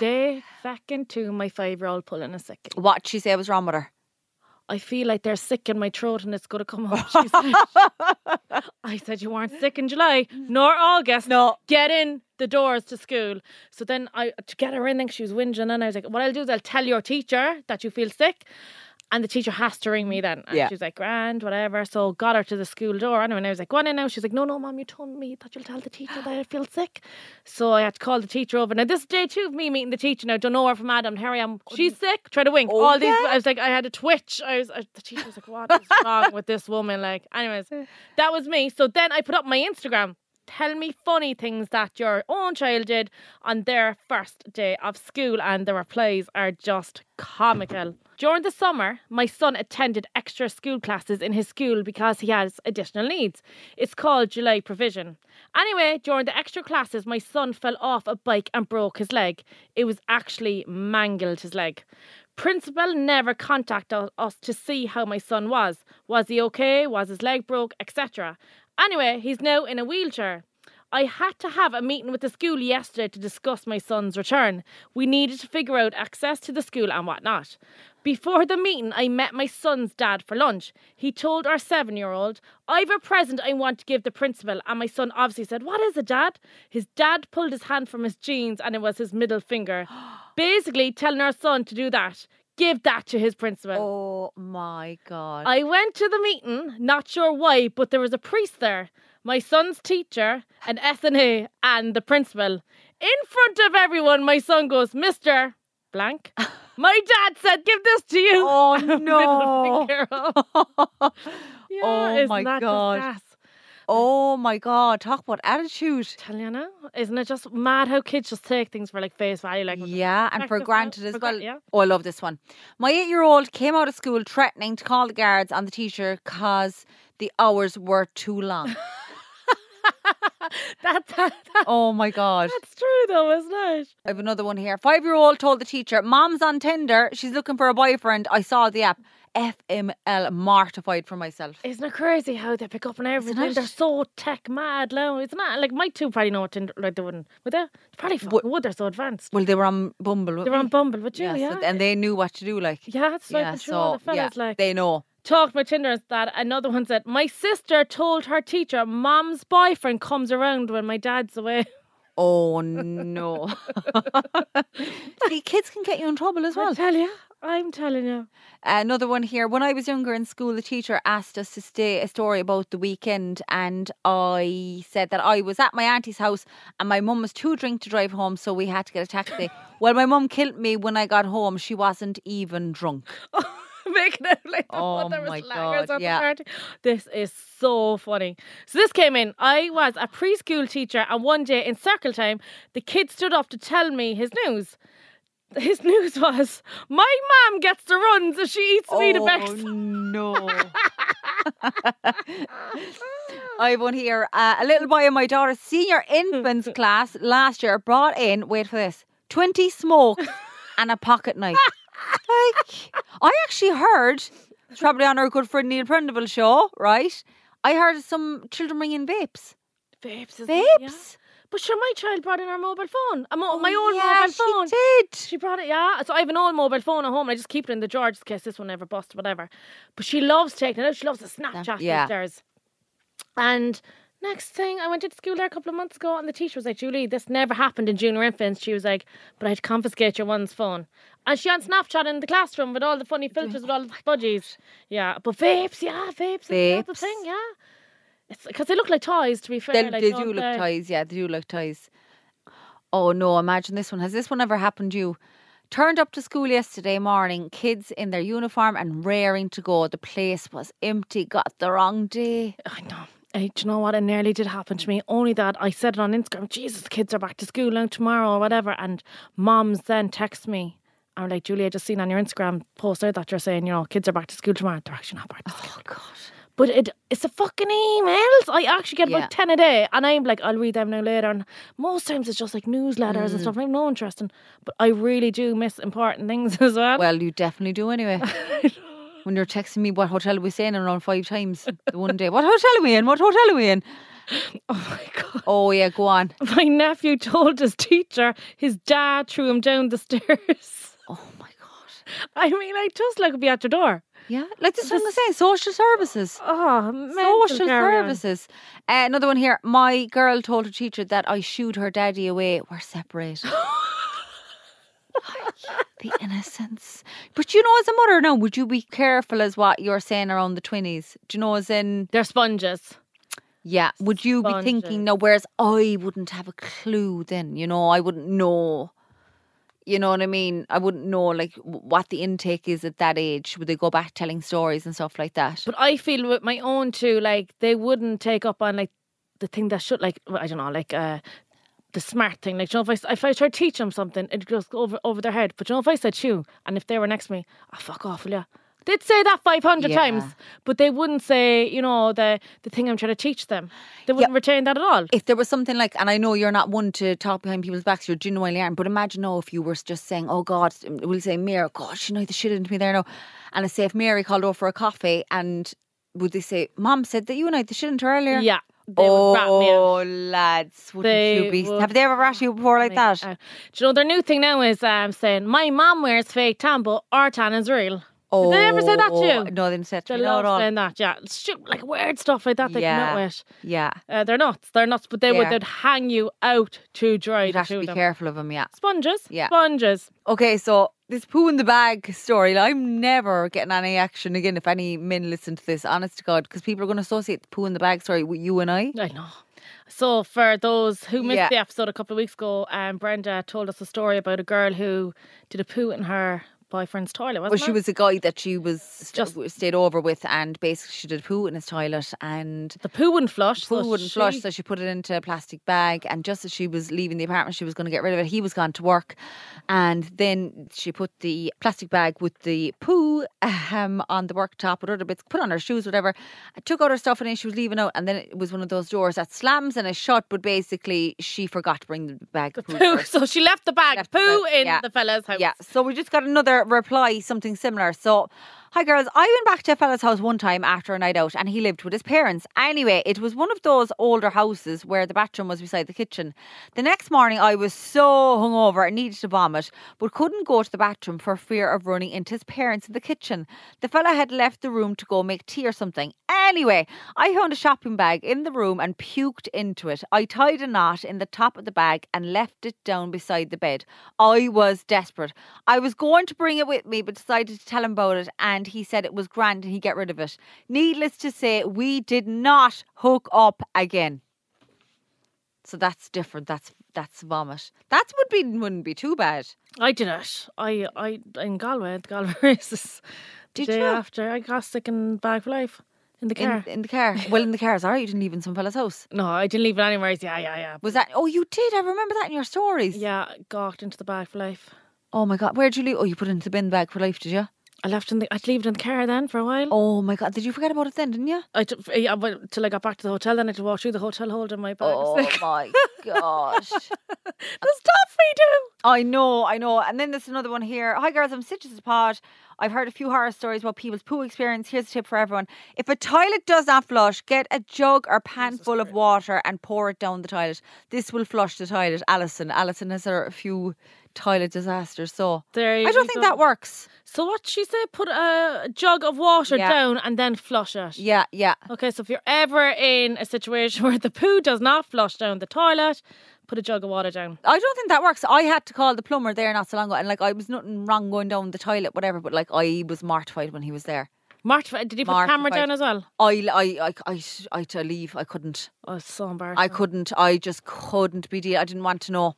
Speaker 1: Day fucking two, my five year old pulling a sickie.
Speaker 2: What did she say was wrong with her?
Speaker 1: I feel like they're sick in my throat and it's going to
Speaker 2: (laughs)
Speaker 1: come up. She said. I said, You weren't sick in
Speaker 2: (laughs)
Speaker 1: July nor August.
Speaker 2: No.
Speaker 1: Get in the doors to school. So then I, to get her in, then she was whinging. And I was like, What I'll do is I'll tell your teacher that you feel sick. And the teacher has to ring me then. And
Speaker 2: Yeah.
Speaker 1: she was like, grand, whatever. So got her to the school door. Anyway, and I was like, go on in now. She's like, no, no, mom, you told me that you'll tell the teacher that I feel sick. So I had to call the teacher over. Now, this is day two of me meeting the teacher. Now, don't know her from Adam. Here I am. She's sick. Try to wink.
Speaker 2: Oh,
Speaker 1: All these.
Speaker 2: yeah.
Speaker 1: I was like, I had a twitch. I was, I, the teacher was like, what is wrong with this woman? Like, anyways, that was me. So then I put up my Instagram. Tell me funny things that your own child did on their first day of school, and the replies are just comical. During the summer, my son attended extra school classes in his school because he has additional needs. It's called July Provision. Anyway, during the extra classes, my son fell off a bike and broke his leg. It was actually mangled his leg. Principal never contacted us to see how my son was. Was he okay? Was his leg broke? Etc. Anyway, he's now in a wheelchair. I had to have a meeting with the school yesterday to discuss my son's return. We needed to figure out access to the school and whatnot. Before the meeting, I met my son's dad for lunch. He told our seven year old, I've a present I want to give the principal. And my son obviously said, What is it, dad? His dad pulled his hand from his jeans and it was his middle finger. Basically, telling our son to do that. Give that to his principal.
Speaker 2: Oh my god.
Speaker 1: I went to the meeting, not sure why, but there was a priest there, my son's teacher, an SNA, and the principal. In front of everyone, my son goes, Mr.
Speaker 2: (laughs)
Speaker 1: Blank, my dad said, give this to you. (laughs)
Speaker 2: oh
Speaker 1: Middle (laughs)
Speaker 2: no.
Speaker 1: finger up. Yeah,
Speaker 2: Oh
Speaker 1: isn't
Speaker 2: my
Speaker 1: that just
Speaker 2: God.
Speaker 1: gas?
Speaker 2: (laughs) oh my god. Talk about attitude.
Speaker 1: Tell you now, isn't it just mad how kids just take things for like face value? Like,
Speaker 2: Yeah, and
Speaker 1: Back
Speaker 2: for
Speaker 1: to-
Speaker 2: granted as
Speaker 1: for
Speaker 2: well.
Speaker 1: gra- yeah. (laughs)
Speaker 2: Oh, I love this one. My eight year old came out of school threatening to call the guards on the teacher because the hours were
Speaker 1: (laughs)
Speaker 2: too long.
Speaker 1: that, that, that-
Speaker 2: oh my God.
Speaker 1: that's true though, isn't it?
Speaker 2: I have another one here. Five year old told the teacher, Mom's on Tinder. She's looking for a boyfriend. I saw the app. FML mortified for myself.
Speaker 1: Isn't it crazy how they pick up on everything?
Speaker 2: it?
Speaker 1: They're so tech mad now. It's not like my two probably know what Tinder like they wouldn't. Would they? They probably fucking would. They're so advanced.
Speaker 2: Well, they were on Bumble.
Speaker 1: They're on Bumble, would you?
Speaker 2: yeah,
Speaker 1: Yeah.
Speaker 2: so-
Speaker 1: Yeah,
Speaker 2: and they knew what to do. Like,
Speaker 1: it's like
Speaker 2: yeah,
Speaker 1: through all the
Speaker 2: so yeah,
Speaker 1: fellas like
Speaker 2: they know.
Speaker 1: talked about Tinder and that another one said, My sister told her teacher mom's boyfriend comes around when my dad's away. (laughs)
Speaker 2: Oh no! (laughs) See, kids can get you in trouble as well.
Speaker 1: I tell you. I'm telling you.
Speaker 2: Another one here. When I was younger in school, the teacher asked us to stay a story about the weekend, and I said that I was at my auntie's house and my mum was too drunk to drive home, so we had to get a taxi. well, my mum killed me when I got home. She wasn't even drunk.
Speaker 1: (laughs) Making out like the
Speaker 2: Oh
Speaker 1: mother was
Speaker 2: my
Speaker 1: slaggers
Speaker 2: God,
Speaker 1: at
Speaker 2: yeah.
Speaker 1: the party. This is so funny. So this came in. I was a preschool teacher, and one day in circle time, the kid stood up to tell me his news. His (laughs) news was, my mum gets the runs if she eats me the
Speaker 2: Oh
Speaker 1: best.
Speaker 2: no! (laughs) I have one here. Uh, a little boy in my daughter's senior
Speaker 1: (laughs)
Speaker 2: infants class last year brought in. Wait for this:
Speaker 1: (laughs)
Speaker 2: twenty smokes and a pocket knife. like I actually heard it's probably on our good friend Neil Prendeville show, right? I heard some children bringing vapes.
Speaker 1: Vapes, isn't
Speaker 2: Vapes?
Speaker 1: it? Oh, Yeah. But sure, my child brought in her mobile phone. A mo- my old
Speaker 2: Oh yeah,
Speaker 1: mobile phone.
Speaker 2: She did.
Speaker 1: She brought it, yeah. So I have an old mobile phone at home. And I just keep it in the drawer just in case this one ever busts, whatever. But she loves taking it out. She loves the Snapchat
Speaker 2: yeah.
Speaker 1: pictures. And next thing, I went to school there a couple of months ago, and the teacher was like, "Julie, this never happened in junior infants." She was like, "But I had to confiscate your one's phone." And she on Snapchat in the classroom with all the funny filters
Speaker 2: Oh
Speaker 1: with all the budgies. Yeah, but vapes, yeah, vapes, vapes.
Speaker 2: Vapes.
Speaker 1: the thing, yeah. It's because they look like toys. To be fair,
Speaker 2: They,
Speaker 1: like, "Oh,
Speaker 2: they
Speaker 1: don't
Speaker 2: do look
Speaker 1: they?
Speaker 2: ties. Yeah, they do look ties. Oh no! Imagine this one. Has this one ever happened to you? Turned up to school yesterday morning, kids in their uniform and raring to go. The place was empty. Got the wrong day.
Speaker 1: I know. Hey, do you know what? It nearly did happen to me. Only that I said it on Instagram. Jesus, the kids are back to school now tomorrow or whatever. And moms then text me. I'm like, Julie, I just seen on your Instagram post out that you're saying, you know, kids are back to school tomorrow. They're actually not back to school.
Speaker 2: Oh God!
Speaker 1: But it, it's the fucking emails. I actually get
Speaker 2: Yeah.
Speaker 1: about 10 a day. And I'm like, I'll read them now later. And most times it's just like newsletters and stuff. and I have no interest in. But I really do miss important things (laughs) as well.
Speaker 2: Well, you definitely do anyway. when you're texting me, what hotel are we staying in? Around five times the one day. What hotel are we in? What hotel are we in?
Speaker 1: oh my God. (laughs)
Speaker 2: Oh yeah, go on.
Speaker 1: My nephew told his teacher his dad threw him down the (laughs) stairs.
Speaker 2: Oh my God!
Speaker 1: I mean, I just like be at your door.
Speaker 2: Yeah, like this one was saying, social services.
Speaker 1: Oh, mental
Speaker 2: Social
Speaker 1: carry-on.
Speaker 2: services. Uh, another one here. My girl told
Speaker 1: (laughs)
Speaker 2: her teacher that I shooed her daddy away. We're separated. Like, the innocence. But you know, as a mother now, would you be careful as what you're saying around the twinnies? Do you know, as in,
Speaker 1: They're sponges.
Speaker 2: yeah, would you be
Speaker 1: Sponges.
Speaker 2: thinking now? Whereas I wouldn't have a clue then, you know, I wouldn't know. You know what I mean? I wouldn't know like w- what the intake is at that age. Would they go back telling stories and stuff like that?
Speaker 1: But I feel with my own too, like they wouldn't take up on like the thing that should, like well, I don't know, like uh, the smart thing. Like, you know, if I s- if I try to teach them something, it goes over over their head. But you know, if I said you, and if they were next to me, oh fuck off, will ya? They'd say that five hundred
Speaker 2: Yeah.
Speaker 1: times, but they wouldn't say, you know, the the thing I'm trying to teach them. They wouldn't retain that at all.
Speaker 2: if there was something like, and I know you're not one to talk behind people's backs, you're genuinely aren't, but imagine now if you were just saying, oh God, we'll say, Mary, God, she know the shit into me there now. And I say, if Mary called over for a coffee, and would they say, Mom said that you know the shit into her earlier?
Speaker 1: Yeah, they would rat me out.
Speaker 2: Oh, lads, wouldn't
Speaker 1: They
Speaker 2: you be?
Speaker 1: would
Speaker 2: Have they ever asked you before like that?
Speaker 1: Uh, do you know their new thing now is um, saying my mom wears fake tan, but our tan is real.
Speaker 2: oh,
Speaker 1: did they ever say that to you?
Speaker 2: No, they didn't say it
Speaker 1: They
Speaker 2: to me. No,
Speaker 1: love
Speaker 2: at all.
Speaker 1: saying that. Yeah, Shoot, like weird stuff like that. They come out
Speaker 2: Yeah.
Speaker 1: with.
Speaker 2: Yeah,
Speaker 1: Uh, they're nuts. They're nuts, but they
Speaker 2: Yeah.
Speaker 1: would they'd hang you out to dry.
Speaker 2: you'd
Speaker 1: the
Speaker 2: have
Speaker 1: two
Speaker 2: to
Speaker 1: of
Speaker 2: be
Speaker 1: them.
Speaker 2: careful of them. Yeah.
Speaker 1: Sponges.
Speaker 2: Yeah.
Speaker 1: Sponges.
Speaker 2: Okay, so this poo in the bag story, like, I'm never getting any action again if any men listen to this, honest to God, because people are going to associate the poo in the bag story with you and I.
Speaker 1: I know. So for those who missed
Speaker 2: Yeah.
Speaker 1: the episode a couple of weeks ago, um, Brenda told us a story about a girl who did a poo in her boyfriend's toilet. Wasn't
Speaker 2: Well, she
Speaker 1: it?
Speaker 2: was a guy that she was
Speaker 1: Just-
Speaker 2: just stayed over with, and basically she did poo in his toilet, and
Speaker 1: the poo wouldn't flush.
Speaker 2: poo
Speaker 1: so
Speaker 2: wouldn't
Speaker 1: she-
Speaker 2: flush, so she put it into a plastic bag. And just as she was leaving the apartment, she was going to get rid of it. He was gone to work, and then she put the plastic bag with the poo um, on the worktop with other bits, put on her shoes, whatever. took out her stuff, and then she was leaving out. And then it was one of those doors that slams and is shut, but basically she forgot to bring the bag. of poo.
Speaker 1: (laughs) Poo.
Speaker 2: with her.
Speaker 1: So she left the bag
Speaker 2: Left the
Speaker 1: poo
Speaker 2: bag,
Speaker 1: in
Speaker 2: yeah.
Speaker 1: the fella's house.
Speaker 2: Yeah, so we just got another reply, something similar. So, hi girls, I went back to a fella's house one time after a night out and he lived with his parents. Anyway, it was one of those older houses where the bathroom was beside the kitchen. The next morning, I was so hungover and needed to vomit, but couldn't go to the bathroom for fear of running into his parents in the kitchen. The fella had left the room to go make tea or something. Anyway, I found a shopping bag in the room and puked into it. I tied a knot in the top of the bag and left it down beside the bed. I was desperate. I was going to bring it with me, but decided to tell him about it, and he said it was grand and he'd get rid of it. Needless to say, we did not hook up again. So that's different. That's that's vomit. That would be wouldn't be too bad.
Speaker 1: I did it. I, I in Galway at the Galway (laughs) races. The
Speaker 2: Did
Speaker 1: day
Speaker 2: you?
Speaker 1: after I got sick in bag for life in the car.
Speaker 2: In, in the car. well, in the car. Sorry, you didn't leave in some fella's house.
Speaker 1: no, I didn't leave it anywhere. Yeah, yeah, yeah.
Speaker 2: Was that? Oh, you did. I remember that in your stories.
Speaker 1: Yeah, got into the bag for life.
Speaker 2: Oh my god, where did you leave? Oh, you put it into the bin bag for life, did you?
Speaker 1: I left in the. I'd leave it in the car then for a while.
Speaker 2: Oh my god, did you forget about it then? Didn't you?
Speaker 1: I took yeah, but till I got back to the hotel. Then I had to walk through the hotel holding my bag. (laughs)
Speaker 2: Oh
Speaker 1: Sick.
Speaker 2: (laughs) my gosh.
Speaker 1: the stuff we do.
Speaker 2: I know, I know. And then there's another one here. Hi, girls. I'm Stitches the Pod. I've heard a few horror stories about people's poo experience. Here's a tip for everyone: if a toilet does not flush, get a jug or pan full of water and pour it down the toilet. This will flush the toilet. Alison, Alison has her a few toilet disasters. So
Speaker 1: There
Speaker 2: I
Speaker 1: you
Speaker 2: don't think that
Speaker 1: go.
Speaker 2: works.
Speaker 1: So what she said? Put a jug of water
Speaker 2: Yeah.
Speaker 1: down and then flush it.
Speaker 2: Yeah, yeah.
Speaker 1: Okay, so if you're ever in a situation (laughs) where the poo does not flush down the toilet, put a jug of water down.
Speaker 2: I don't think that works. I had to call the plumber there not so long ago, and like I was nothing wrong going down the toilet, whatever. But like I was mortified when he was there.
Speaker 1: March, did you put the camera
Speaker 2: Mortified.
Speaker 1: down as well?
Speaker 2: I, I, I, I, I had to leave. I couldn't.
Speaker 1: Oh, it's so embarrassing.
Speaker 2: I couldn't. I just couldn't be. De- I didn't want to know.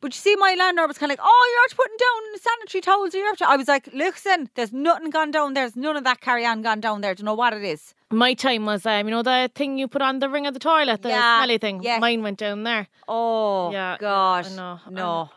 Speaker 2: But you see, my landlord was kind of like, "Oh, you're out putting down sanitary towels. You're out." to-" I was like, "Listen, there's nothing gone down. There's none of that carry on gone down there. Do you know what it is?
Speaker 1: My time was, um, you know, the thing you put on the ring of the toilet, the
Speaker 2: Yeah,
Speaker 1: smelly thing.
Speaker 2: yes.
Speaker 1: Mine went down there.
Speaker 2: Oh,
Speaker 1: Yeah, yeah, I
Speaker 2: gosh,
Speaker 1: know, I
Speaker 2: no.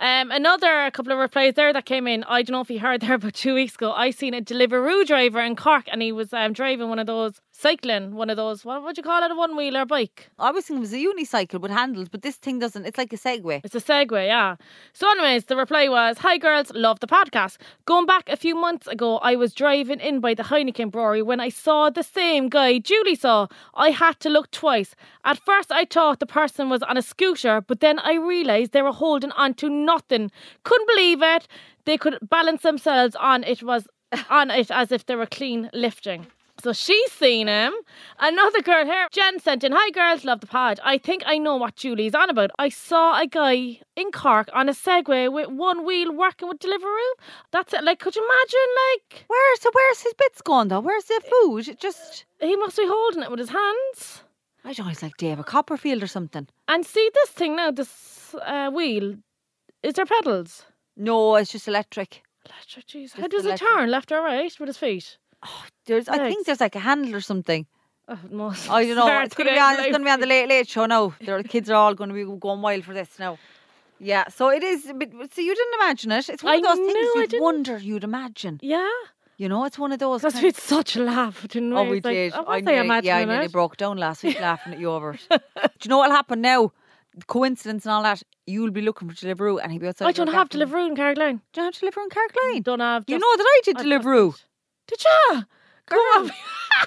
Speaker 1: Um, another couple of replies there that came in. I don't know if you heard there about two weeks ago. I seen a Deliveroo driver in Cork, and he was um, driving one of those cycling, one of those what would you call it, a one wheeler bike.
Speaker 2: I was thinking it was a unicycle with handles, but this thing doesn't. It's like a Segway.
Speaker 1: It's a Segway, yeah. So, anyways, the reply was, "Hi girls, love the podcast. Going back a few months ago, I was driving in by the Heineken Brewery when I saw the same guy Julie saw. I had to look twice. At first, I thought the person was on a scooter, but then I realised they were holding on to nothing. Couldn't believe it. They could balance themselves on it was on it as if they were clean lifting. So she's seen him. Another girl here, Jen sent in, Hi girls, love the pod. I think I know what Julie's on about. I saw a guy in Cork on a Segway with one wheel working with Deliveroo. That's it. Like, could you imagine?
Speaker 2: Where? So where's his bits gone though? Where's
Speaker 1: Eh,
Speaker 2: the food? It Just
Speaker 1: Like, he must be holding it with his hands.
Speaker 2: I don't know. It's like David Copperfield or something.
Speaker 1: And see this thing now, this uh, wheel, is there pedals?
Speaker 2: No, it's just electric.
Speaker 1: Electric, jeez. How
Speaker 2: Just
Speaker 1: does it
Speaker 2: electric.
Speaker 1: turn left or right with his feet?
Speaker 2: There's, I
Speaker 1: Legs.
Speaker 2: think there's like a handle or something.
Speaker 1: Oh, it must.
Speaker 2: I don't
Speaker 1: (laughs)
Speaker 2: know.
Speaker 1: Sorry,
Speaker 2: It's going to
Speaker 1: today
Speaker 2: be on.
Speaker 1: I'm
Speaker 2: It's going to be on the late late show now. There- The kids are all going to be going wild for this now. Yeah. So it is. But so you didn't imagine it. It's one of
Speaker 1: I
Speaker 2: those
Speaker 1: knew I
Speaker 2: things you
Speaker 1: didn't.
Speaker 2: wonder you'd imagine.
Speaker 1: (laughs) Yeah,
Speaker 2: You know, it's one of those.
Speaker 1: because
Speaker 2: kind
Speaker 1: we had such a laugh, didn't we?
Speaker 2: Oh, we
Speaker 1: It's like,
Speaker 2: did.
Speaker 1: oh,
Speaker 2: I
Speaker 1: was I
Speaker 2: nearly, yeah, I
Speaker 1: imagining
Speaker 2: nearly
Speaker 1: it?
Speaker 2: broke down last week laughing at you over
Speaker 1: (laughs)
Speaker 2: it. Do you know what'll happen now? Coincidence and all that. You'll be looking for Deliveroo and he'll be outside.
Speaker 1: I
Speaker 2: your
Speaker 1: don't have
Speaker 2: gap and-
Speaker 1: Deliveroo in Carrickline.
Speaker 2: Do you have Deliveroo in Carrickline?
Speaker 1: Don't have.
Speaker 2: You
Speaker 1: just-
Speaker 2: know that Mm, I did
Speaker 1: I've
Speaker 2: Deliveroo.
Speaker 1: just- Did ya? Come on.
Speaker 2: (laughs)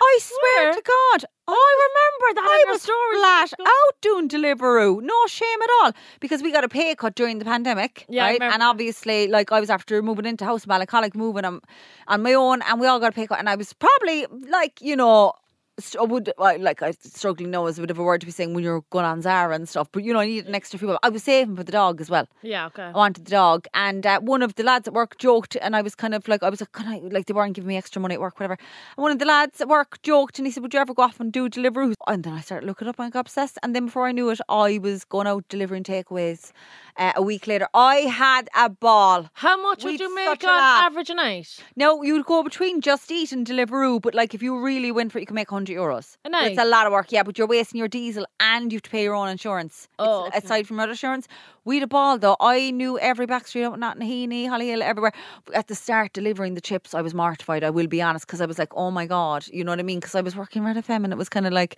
Speaker 2: I swear
Speaker 1: Where?
Speaker 2: to God. I remember
Speaker 1: that
Speaker 2: Oh. I
Speaker 1: in your
Speaker 2: was
Speaker 1: stories.
Speaker 2: flat
Speaker 1: Go-
Speaker 2: out doing Deliveroo. No shame at all. Because we got a pay cut during the pandemic.
Speaker 1: Yeah, I
Speaker 2: right?
Speaker 1: remember
Speaker 2: And obviously, like, I was after moving into House Malacolic, moving on, on my own, and we all got a pay cut. And I was probably, like, you know, st- I would I- like I struggling now is a bit of a word to be saying when you're going on Zara and stuff, but you know I needed an extra few. I was saving for the dog as well.
Speaker 1: Yeah, okay.
Speaker 2: I wanted the dog, and uh, one of the lads at work joked, and I was kind of like, I was like, Can I, like they weren't giving me extra money at work, whatever. And one of the lads at work joked, and he said, "Would you ever go off and do Deliveroo?" And then I started looking up, and I got obsessed. And then before I knew it, I was going out delivering takeaways. Uh, a week later, I had a ball.
Speaker 1: How much would
Speaker 2: We'd
Speaker 1: you
Speaker 2: such
Speaker 1: make
Speaker 2: a
Speaker 1: on
Speaker 2: laugh.
Speaker 1: average a night?
Speaker 2: Now you'd go between Just Eat and Deliveroo, but like if you really went for it, you could make hundred euros.
Speaker 1: A
Speaker 2: But It's
Speaker 1: night.
Speaker 2: a lot of work, yeah. But you're wasting your diesel, and you have to pay your own insurance. It's-
Speaker 1: Oh, okay.
Speaker 2: aside from your insurance, we had a ball though. I knew every back street out in Nottingheeny, Hollyhill, everywhere. At the start, delivering the chips, I was mortified. I will be honest, because I was like, oh my god, you know what I mean? Because I was working Red FM, and it was kind of like,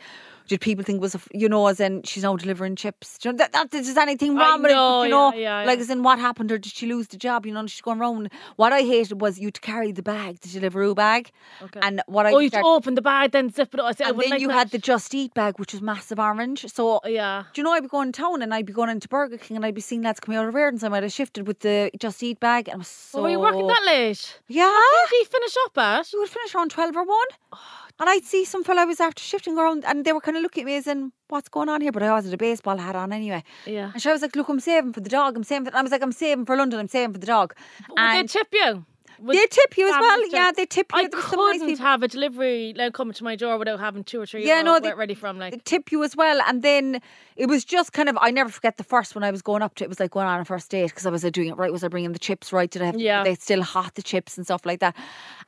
Speaker 2: did people think it was, a f you know, as in she's now delivering chips? Do you know, that, that is anything
Speaker 1: I
Speaker 2: wrong with it?
Speaker 1: know,
Speaker 2: But, you know,
Speaker 1: yeah, yeah,
Speaker 2: like
Speaker 1: yeah.
Speaker 2: as in what happened, or did she lose the job? You know, and she's going round. What I hated was you to carry the bag, the Deliveroo bag,
Speaker 1: Okay.
Speaker 2: and what I
Speaker 1: Oh, you'd
Speaker 2: start-
Speaker 1: open the bag, then zip it up. I said, I
Speaker 2: and
Speaker 1: wouldn't
Speaker 2: then
Speaker 1: like
Speaker 2: you
Speaker 1: that.
Speaker 2: had the Just Eat bag, which was massive orange. So
Speaker 1: Oh, Yeah.
Speaker 2: do you know I'd be going to town and I'd be going into Burger King and I'd be seeing lads coming out of Airdens. I might have shifted with the Just Eat bag and I was so.
Speaker 1: Well, were you working that late?
Speaker 2: Yeah.
Speaker 1: Did you finish up at?
Speaker 2: You would finish around 12 or 1.
Speaker 1: Oh,
Speaker 2: And I'd see some fella I was after shifting around and they were kind of looking at me as in, what's going on here? But I always had a baseball hat on anyway.
Speaker 1: Yeah.
Speaker 2: And so I was like, look, I'm saving for the dog. I'm saving for. And I was like, I'm saving for London. I'm saving for the dog.
Speaker 1: Would they
Speaker 2: And
Speaker 1: tip you? Would-
Speaker 2: they tip you as
Speaker 1: families
Speaker 2: well.
Speaker 1: tip?
Speaker 2: Yeah, they tip you.
Speaker 1: I
Speaker 2: There was some nice
Speaker 1: couldn't
Speaker 2: people-
Speaker 1: have a delivery like, coming to my door without having two or three.
Speaker 2: Yeah,
Speaker 1: Yeah,
Speaker 2: no,
Speaker 1: no,
Speaker 2: they-
Speaker 1: ready from like.
Speaker 2: tip you as well. And then it was just kind of, I never forget the first when I was going up to it was like going on a first date because I was like doing it right. Was I bringing the chips right? Did I have
Speaker 1: Yeah.
Speaker 2: they still hot the chips and stuff like that?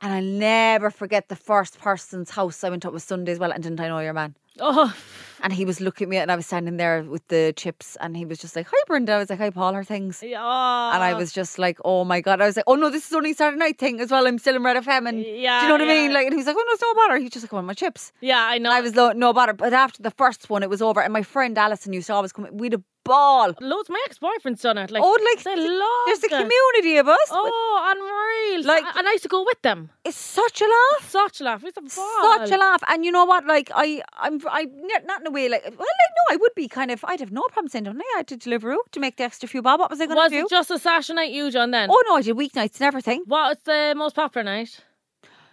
Speaker 2: And I'll never forget the first person's house I went to. It was Sunday as well. And didn't I know your man? (laughs)
Speaker 1: Oh,
Speaker 2: And he was looking at me and I was standing there with the chips and he was just like, Hi, Brenda. I was like, Hi, Paul, her things.
Speaker 1: yeah.
Speaker 2: And
Speaker 1: Uh.
Speaker 2: I was just like, oh my God. I was like, oh no, this is only Saturday night thing as well. I'm still in Red FM. And do
Speaker 1: Yeah,
Speaker 2: you know what I
Speaker 1: yeah.
Speaker 2: mean? Like, and he was like, oh no, it's no bother. He just like, I want my chips.
Speaker 1: Yeah, I know.
Speaker 2: I was lo- no bother. But after the first one, it was over. And my friend Alison, you saw, was coming. We'd a ball.
Speaker 1: Loads of my ex boyfriend's done it. Like,
Speaker 2: Oh, like
Speaker 1: they
Speaker 2: th-
Speaker 1: love
Speaker 2: there's the
Speaker 1: it.
Speaker 2: community of us. but
Speaker 1: Oh, unreal.
Speaker 2: Like-
Speaker 1: Like, and I used to go with them.
Speaker 2: it's such a laugh.
Speaker 1: Such a laugh. It's a ball.
Speaker 2: Such a laugh, and you know what? Like I, I'm, I n- not in a way like. Well, like, no, I would be kind of. I'd have no problem saying, "Don't I?" I had to Deliveroo to make the extra few bob. What was I going
Speaker 1: Was
Speaker 2: to do?
Speaker 1: it just a Saturday night you, John, then?
Speaker 2: oh no, I did weeknights and everything.
Speaker 1: What's the most popular night?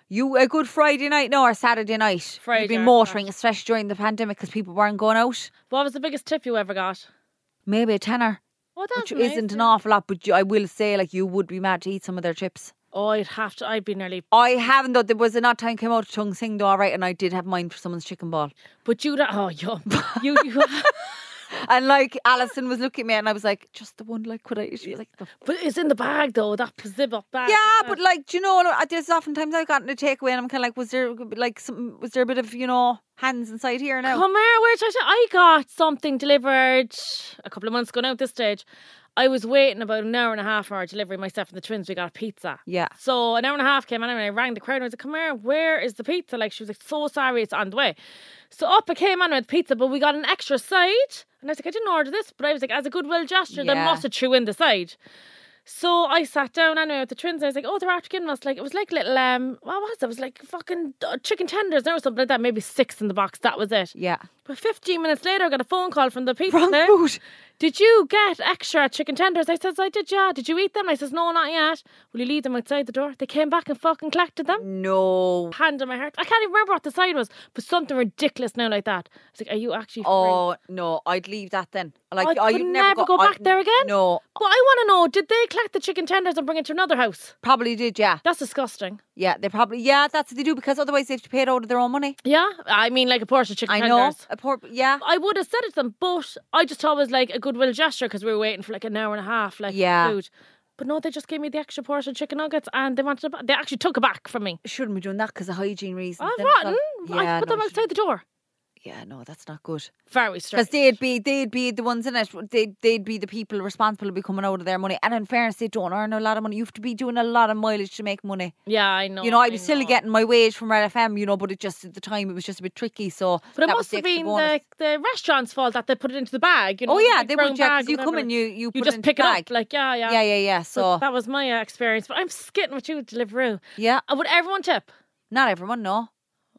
Speaker 2: You a good Friday night? No, or Saturday night.
Speaker 1: Friday
Speaker 2: You've been
Speaker 1: or
Speaker 2: motoring, especially during the pandemic, because people weren't going out.
Speaker 1: What was the biggest tip you ever got?
Speaker 2: Maybe a tenner,
Speaker 1: Well,
Speaker 2: which
Speaker 1: that's
Speaker 2: isn't
Speaker 1: nice.
Speaker 2: an awful lot, but you, I will say, like, you would be mad to eat some of their chips.
Speaker 1: Oh, I'd have to. I'd be nearly.
Speaker 2: I haven't though. There was an odd time came out of Chung Sing though, all right, and I did have mine for someone's chicken ball.
Speaker 1: But you. don't- Oh,
Speaker 2: (laughs)
Speaker 1: yum. you. you
Speaker 2: And like Alison was looking at me, and I was like, "Just the one, like, could I?" She was like, "The
Speaker 1: but it's in the bag though. That zip up bag. (laughs)
Speaker 2: Yeah, but like, do you know, like, there's oftentimes I've gotten a takeaway, and I'm kind of like, was there like some, was there a bit of you know hands inside here now?
Speaker 1: Come here, which I, I got something delivered a couple of months ago now at this stage. I was waiting about an hour and a half for our delivery myself and the twins. We got a pizza.
Speaker 2: Yeah,
Speaker 1: So an hour and a half came on and I rang the crowd and I was like, Come here, where is the pizza? Like she was like, So sorry, it's on the way. So up I came on with pizza, but we got an extra side. And I was like, I didn't order this, but I was like, as a goodwill gesture, they
Speaker 2: Yeah.
Speaker 1: must have threw in the side. So I sat down anyway with the twins and I was like, Oh, they're after giving us like it was like little um what was it? It was like fucking uh, chicken tenders or something like that, maybe six in the box. That was it.
Speaker 2: yeah.
Speaker 1: But 15 minutes later, I got a phone call from the pizza.
Speaker 2: Wrong
Speaker 1: place.
Speaker 2: food.
Speaker 1: Did you get extra chicken tenders? I says, I did, yeah. Did you eat them? I says, No, not yet. Will you leave them outside the door? They came back and fucking collected them.
Speaker 2: No.
Speaker 1: Hand on my heart. I can't even remember what the sign was, but something ridiculous now like that. I was like, Are you actually for real?"
Speaker 2: Oh no, I'd leave that then. Like
Speaker 1: I
Speaker 2: I,
Speaker 1: could
Speaker 2: would
Speaker 1: never go
Speaker 2: I-
Speaker 1: back there again.
Speaker 2: No,
Speaker 1: But I want to know, did they collect the chicken tenders and bring it to another house?
Speaker 2: probably did. Yeah,
Speaker 1: That's disgusting.
Speaker 2: yeah, they probably yeah. That's what they do because otherwise they have to pay it out of their own money.
Speaker 1: Yeah, I mean, like a portion of chicken
Speaker 2: I know.
Speaker 1: tenders.
Speaker 2: A poor, yeah,
Speaker 1: I would have said it to them, but I just thought it was like a goodwill gesture because we were waiting for like an hour and a half, like
Speaker 2: Yeah.
Speaker 1: food. But no, they just gave me the extra portion of chicken nuggets, and they wanted. To, they actually took it back from me.
Speaker 2: shouldn't be doing that because of hygiene reasons.
Speaker 1: I've
Speaker 2: then as
Speaker 1: rotten.
Speaker 2: well.
Speaker 1: Ah, Mm, I put
Speaker 2: no,
Speaker 1: them
Speaker 2: you
Speaker 1: outside the door.
Speaker 2: shouldn't. Yeah, no, that's not good.
Speaker 1: Very
Speaker 2: Because
Speaker 1: strange.
Speaker 2: they'd be they'd be the ones in it. They'd they'd be the people responsible to be coming out of their money. And in fairness, they don't earn a lot of money. You have to be doing a lot of mileage to make money.
Speaker 1: yeah, I know.
Speaker 2: you know, I'd be still
Speaker 1: know.
Speaker 2: getting my wage from Red FM. You know, but it just at the time it was just a bit tricky. So
Speaker 1: But it
Speaker 2: that was
Speaker 1: must
Speaker 2: the
Speaker 1: have
Speaker 2: extra
Speaker 1: been
Speaker 2: bonus.
Speaker 1: the, the restaurant's fault that they put it into the bag. You know,
Speaker 2: Oh
Speaker 1: the
Speaker 2: yeah,
Speaker 1: big
Speaker 2: they
Speaker 1: brown
Speaker 2: would. Yeah,
Speaker 1: bag
Speaker 2: 'cause
Speaker 1: or
Speaker 2: you come
Speaker 1: whatever.
Speaker 2: and you you,
Speaker 1: you
Speaker 2: put
Speaker 1: just
Speaker 2: in
Speaker 1: pick
Speaker 2: the
Speaker 1: it
Speaker 2: bag.
Speaker 1: up. Like yeah, yeah.
Speaker 2: Yeah, yeah, yeah.
Speaker 1: So
Speaker 2: So
Speaker 1: that was my uh, experience. But I'm skitting with you, Deliveroo.
Speaker 2: yeah,
Speaker 1: Uh, would everyone tip?
Speaker 2: not everyone. No.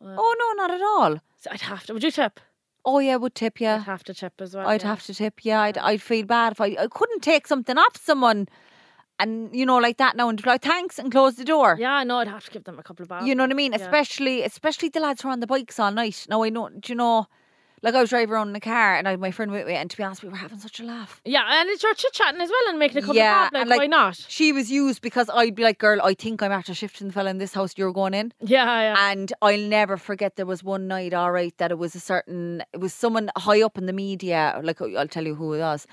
Speaker 2: Oh no, not at all.
Speaker 1: So I'd have to. Would you tip?
Speaker 2: Oh yeah, would tip.
Speaker 1: I'd
Speaker 2: Yeah,
Speaker 1: have to tip as well.
Speaker 2: I'd
Speaker 1: yeah.
Speaker 2: have to tip. Yeah, I'd I'd feel bad if I I couldn't take something off someone, and you know like that now and be like thanks and close the door.
Speaker 1: Yeah, I know. I'd have to give them a couple of bob.
Speaker 2: You know what I mean? Especially especially the lads who are on the bikes all night. Now I know. Do you know? Like I was driving around in the car and I had my friend with me, and to be honest, we were having such a laugh.
Speaker 1: Yeah, and it's your chit chatting as well and making a couple
Speaker 2: Yeah,
Speaker 1: of bob. Like,
Speaker 2: and, like-
Speaker 1: why not?
Speaker 2: She was used because I'd be like, girl, I think I'm after shifting the fella in this house you're going in.
Speaker 1: Yeah, yeah.
Speaker 2: And I'll never forget there was one night, all right, that it was a certain, it was someone high up in the media, like oh, I'll tell you who it was.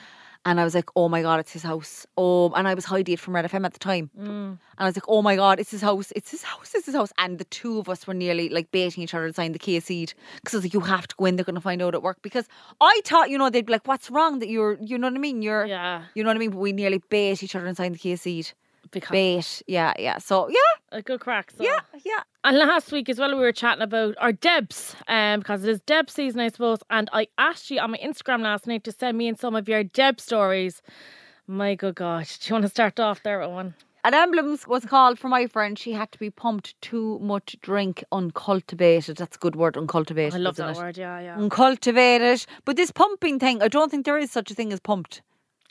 Speaker 2: And I was like, oh my God, it's his house. Oh, and I was Heidi from Red FM at the time. And I was like, oh my God, it's his house, it's his house, it's his house. And the two of us were nearly like baiting each other to sign the key seed. Because I was like, you have to go in, they're going to find out at work. Because I thought, you know, they'd be like, what's wrong that you're, you know what I mean? You're,
Speaker 1: yeah.
Speaker 2: you know what I mean? But we nearly bait each other and signed the key seed.
Speaker 1: Because
Speaker 2: Bait, yeah, yeah. So, yeah,
Speaker 1: a good crack. So.
Speaker 2: yeah, yeah.
Speaker 1: And last week as well, we were chatting about our Debs, um, because it is Deb season, I suppose. And I asked you on my Instagram last night to send me in some of your Deb stories. My good God, do you want to start off there with one?
Speaker 2: An emblem was called for my friend. She had to be pumped too much drink, uncultivated. That's a good word, uncultivated.
Speaker 1: I love
Speaker 2: isn't
Speaker 1: that
Speaker 2: it?
Speaker 1: word. Yeah, yeah.
Speaker 2: Uncultivated. But this pumping thing, I don't think there is such a thing as pumped. Mm.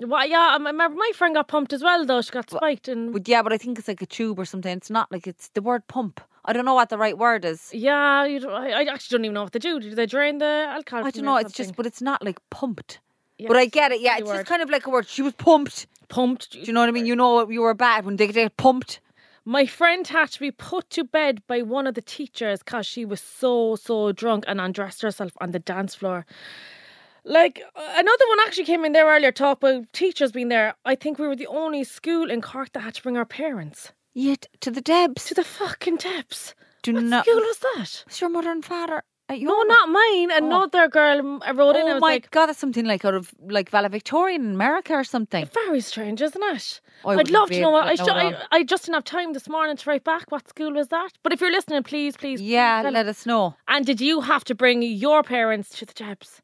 Speaker 1: Well, yeah. I remember my friend got pumped as well, though. She got spiked and
Speaker 2: But yeah, but I think it's like a tube or something. It's not like it's the word pump. I don't know what the right word is.
Speaker 1: yeah. You don't, I, I actually don't even know what they do. Do they drain the alcohol?
Speaker 2: I
Speaker 1: from
Speaker 2: don't
Speaker 1: you or
Speaker 2: know. It's just,
Speaker 1: something?
Speaker 2: but it's not like pumped.
Speaker 1: Yeah,
Speaker 2: but I
Speaker 1: it's
Speaker 2: get it. Yeah,
Speaker 1: a
Speaker 2: it's just
Speaker 1: word.
Speaker 2: kind of like a word. She was pumped.
Speaker 1: pumped.
Speaker 2: Do you know what I mean? You know what you were bad when they get pumped.
Speaker 1: My friend had to be put to bed by one of the teachers because she was so, so drunk and undressed herself on the dance floor. Like, uh, another one actually came in there earlier, talk about teachers being there. I think we were the only school in Cork that had to bring our parents
Speaker 2: Yet to the debs.
Speaker 1: to the fucking depths.
Speaker 2: Do
Speaker 1: What
Speaker 2: not.
Speaker 1: school was that?
Speaker 2: It's your mother and father. Uh, At your
Speaker 1: No, not mine. Another girl mm, I wrote in and
Speaker 2: Oh
Speaker 1: was
Speaker 2: my
Speaker 1: like,
Speaker 2: god, that's something like out of like valedictorian in America or something.
Speaker 1: very strange, isn't it?
Speaker 2: I
Speaker 1: I'd
Speaker 2: wouldn't
Speaker 1: love
Speaker 2: be
Speaker 1: to know
Speaker 2: able
Speaker 1: what
Speaker 2: to
Speaker 1: I,
Speaker 2: know
Speaker 1: should,
Speaker 2: it
Speaker 1: I I just didn't have time this morning to write back what school was that. But if you're listening, please, please, please
Speaker 2: Yeah,
Speaker 1: tell
Speaker 2: let us know.
Speaker 1: And did you have to bring your parents to the jobs?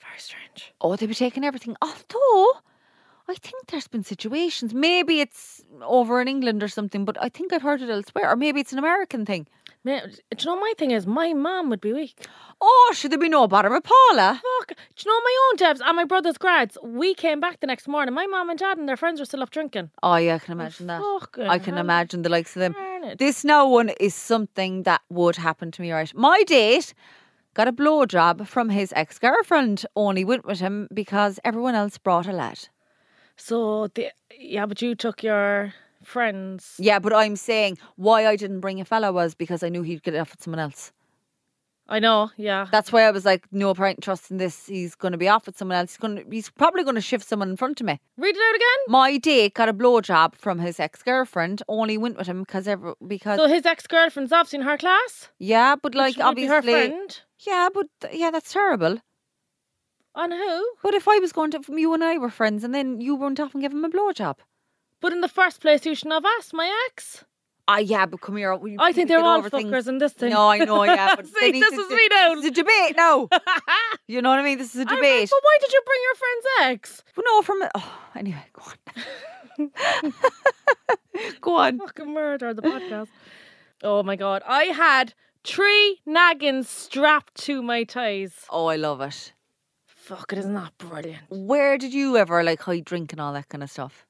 Speaker 1: Very strange.
Speaker 2: Oh, they'd be taking everything. Although, I think there's been situations. Maybe it's over in England or something, but I think I've heard it elsewhere. Or maybe it's an American thing.
Speaker 1: Ma- Do you know my thing is my mum would be weak.
Speaker 2: Oh, should there be no bother with Paula?
Speaker 1: Fuck. Do you know my own devs and my brother's grads? We came back the next morning. My mum and dad and their friends were still up drinking.
Speaker 2: Oh yeah, I can imagine that.
Speaker 1: Fucking
Speaker 2: I can
Speaker 1: hell.
Speaker 2: imagine the likes of them.
Speaker 1: Darn it.
Speaker 2: This now one is something that would happen to me, right? My date got a blowjob from his ex girlfriend, only went with him because everyone else brought a lad.
Speaker 1: So the yeah, but you took your friends.
Speaker 2: Yeah, but I'm saying why I didn't bring a fella was because I knew he'd get it off with someone else.
Speaker 1: I know. Yeah.
Speaker 2: That's why I was like, no point in trusting this. He's going to be off with someone else. He's going. To, he's probably going to shift someone in front of me.
Speaker 1: Read it out again.
Speaker 2: My date got a blowjob from his ex girlfriend. Only went with him because ever because
Speaker 1: So his ex girlfriend's obviously in her class.
Speaker 2: yeah, but like
Speaker 1: which might be
Speaker 2: obviously
Speaker 1: her friend.
Speaker 2: yeah, but th- yeah, that's terrible.
Speaker 1: On who?
Speaker 2: But if I was going to, if you and I were friends, and then you went off and gave him a blowjob.
Speaker 1: But in the first place, you shouldn't have asked my ex.
Speaker 2: Ah, yeah, but come here. we-
Speaker 1: I
Speaker 2: people
Speaker 1: think they're
Speaker 2: get
Speaker 1: all
Speaker 2: over things.
Speaker 1: fuckers in this thing.
Speaker 2: No, I know,
Speaker 1: (laughs)
Speaker 2: yeah. But
Speaker 1: See,
Speaker 2: they need
Speaker 1: this
Speaker 2: to-
Speaker 1: is me now.
Speaker 2: It's a
Speaker 1: (laughs)
Speaker 2: debate now. you know what I mean? This is a
Speaker 1: I'm like,
Speaker 2: debate.
Speaker 1: but why did you bring your friend's ex? (laughs)
Speaker 2: But no, from oh, anyway, go on. go on.
Speaker 1: Fucking murder
Speaker 2: (laughs)
Speaker 1: the podcast. Oh my god, I had three naggins strapped to my ties.
Speaker 2: Oh, I love it.
Speaker 1: Fuck, it is not brilliant.
Speaker 2: Where did you ever like hide drink and all that kind of stuff?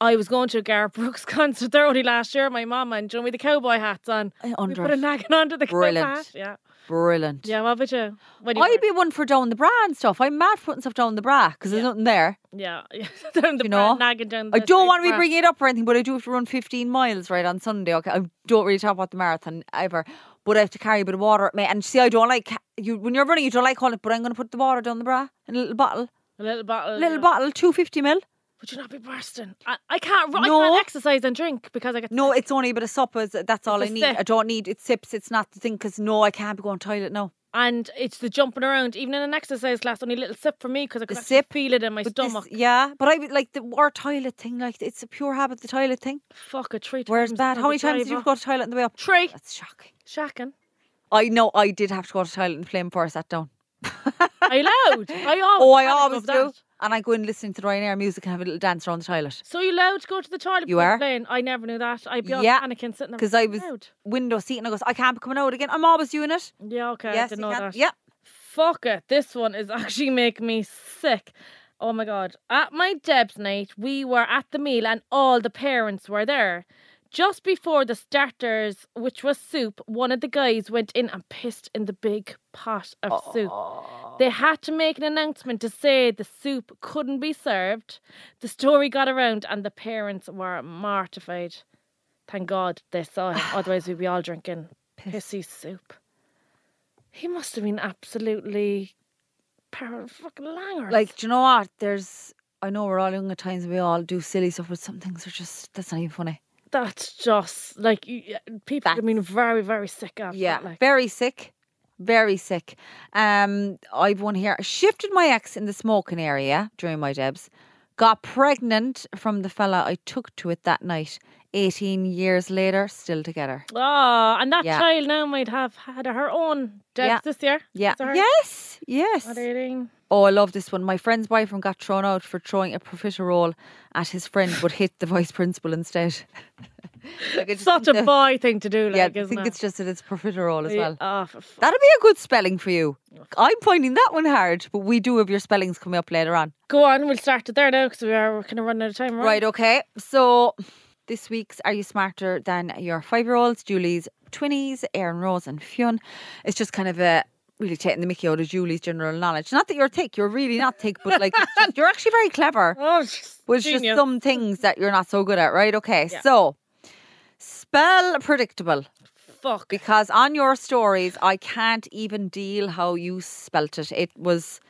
Speaker 1: I was going to a Gareth Brooks (laughs) concert there only last year, my mum and Joe with the cowboy hats on.
Speaker 2: I
Speaker 1: We
Speaker 2: under
Speaker 1: put a nagging onto the
Speaker 2: Brilliant.
Speaker 1: cowboy hat. Yeah.
Speaker 2: brilliant.
Speaker 1: Yeah, what about you? What do you
Speaker 2: I'd be one for down the bra and stuff. I'm mad putting stuff down the bra because there's nothing there.
Speaker 1: Yeah, (laughs) yeah. down the
Speaker 2: You
Speaker 1: bra-
Speaker 2: know,
Speaker 1: nagging down
Speaker 2: I
Speaker 1: the
Speaker 2: don't
Speaker 1: side
Speaker 2: want to be
Speaker 1: bra.
Speaker 2: bringing it up or anything, but I do have to run 15 miles right on Sunday. Okay, I don't really talk about the marathon ever, but I have to carry a bit of water, mate. And see, I don't like ca- you when you're running. You don't like all it, but I'm going to put the water down the bra in a little bottle,
Speaker 1: a little bottle.
Speaker 2: a
Speaker 1: yeah.
Speaker 2: little bottle, 250 mil.
Speaker 1: Would you not be bursting? I, I can't. I
Speaker 2: No.
Speaker 1: can't exercise and drink because I get.
Speaker 2: No, it's only a bit of supper. is- That's all I
Speaker 1: It's a
Speaker 2: need.
Speaker 1: sip.
Speaker 2: I don't need it's sips. It's not the thing because no, I can't be going to toilet now.
Speaker 1: And it's the jumping around, even in an exercise class. Only a little sip for me because I could
Speaker 2: A
Speaker 1: actually
Speaker 2: sip.
Speaker 1: feel it in my
Speaker 2: But this-
Speaker 1: stomach.
Speaker 2: yeah, but I would like the our toilet thing. Like it's a pure habit. The toilet thing.
Speaker 1: Fuck a three.
Speaker 2: Where's
Speaker 1: times
Speaker 2: that?
Speaker 1: for
Speaker 2: How
Speaker 1: the
Speaker 2: many times did
Speaker 1: driver.
Speaker 2: you go to toilet on the way up?
Speaker 1: Three.
Speaker 2: That's shocking.
Speaker 1: Shacking.
Speaker 2: I know I did have to go to toilet and play before I sat down.
Speaker 1: Are you
Speaker 2: (laughs)
Speaker 1: loud? I always.
Speaker 2: Oh, I
Speaker 1: panic
Speaker 2: always
Speaker 1: of
Speaker 2: do.
Speaker 1: that.
Speaker 2: And I go and listen to the Ryanair music and have a little dance around the toilet.
Speaker 1: So you loud to go to the toilet?
Speaker 2: You
Speaker 1: before
Speaker 2: are.
Speaker 1: Playing? I never knew that. I'd be all
Speaker 2: Yeah,
Speaker 1: panicking sitting there.
Speaker 2: 'cause I was-
Speaker 1: Loud.
Speaker 2: Window seat and I goes, I can't be coming out again. I'm always doing it.
Speaker 1: Yeah. Okay. I
Speaker 2: yes,
Speaker 1: didn't
Speaker 2: you
Speaker 1: know
Speaker 2: can.
Speaker 1: that.
Speaker 2: Yeah.
Speaker 1: Fuck it. This one is (laughs) actually making me sick. Oh my god. At my Deb's night, we were at the meal and all the parents were there. Just before the starters, which was soup, one of the guys went in and pissed in the big pot of soup. They had to make an announcement to say the soup couldn't be served. The story got around and the parents were mortified. Thank God they saw
Speaker 2: (sighs)
Speaker 1: him, otherwise, we'd be all drinking pissy soup. He must have been absolutely par- fucking langers.
Speaker 2: Like, do you know what? There's, I know we're all young at times, we all do silly stuff, but some things are just, that's not even funny.
Speaker 1: that's just like you- people. I
Speaker 2: That's-
Speaker 1: mean, very, very sick after
Speaker 2: Yeah.
Speaker 1: that. Like,
Speaker 2: Very sick. Very sick. Um, I've one here. Shifted my ex in the smoking area during my debs. Got pregnant from the fella I took to it that night. 18 years later, still together.
Speaker 1: oh, and that
Speaker 2: Yeah.
Speaker 1: child now might have had her own deaths
Speaker 2: Yeah.
Speaker 1: this year.
Speaker 2: Yeah.
Speaker 1: Sorry.
Speaker 2: Yes. Yes.
Speaker 1: At
Speaker 2: (laughs)
Speaker 1: 18.
Speaker 2: Oh, I love this one. My friend's boyfriend got thrown out for throwing a profiterole at his friend, but hit the vice principal instead. (laughs) Like, I just
Speaker 1: Such
Speaker 2: think
Speaker 1: a
Speaker 2: the-
Speaker 1: boy thing to do,
Speaker 2: Yeah,
Speaker 1: like,
Speaker 2: I
Speaker 1: isn't
Speaker 2: think
Speaker 1: it?
Speaker 2: it's just that it's profiterole as
Speaker 1: Yeah,
Speaker 2: well.
Speaker 1: oh, for fuck.
Speaker 2: That'll be a good spelling for you. I'm finding that one hard, but we do have your spellings coming up later on.
Speaker 1: Go on, we'll start it there now because we are kind of running out of time.
Speaker 2: Right, okay. So this week's Are You Smarter Than Your Five Year Olds? Julie's Twinnies, Aaron Rose, and Fionn. It's just kind of a really taking the mickey out of Julie's general knowledge. Not that you're thick, you're really not thick,
Speaker 1: (laughs)
Speaker 2: but like (laughs) it's just- you're actually very clever.
Speaker 1: Oh, she's
Speaker 2: But it's
Speaker 1: genius.
Speaker 2: just some things that you're not so good at, right? Okay,
Speaker 1: Yeah.
Speaker 2: so spell predictable
Speaker 1: fuck.
Speaker 2: because on your stories, I can't even deal how you spelt it. It was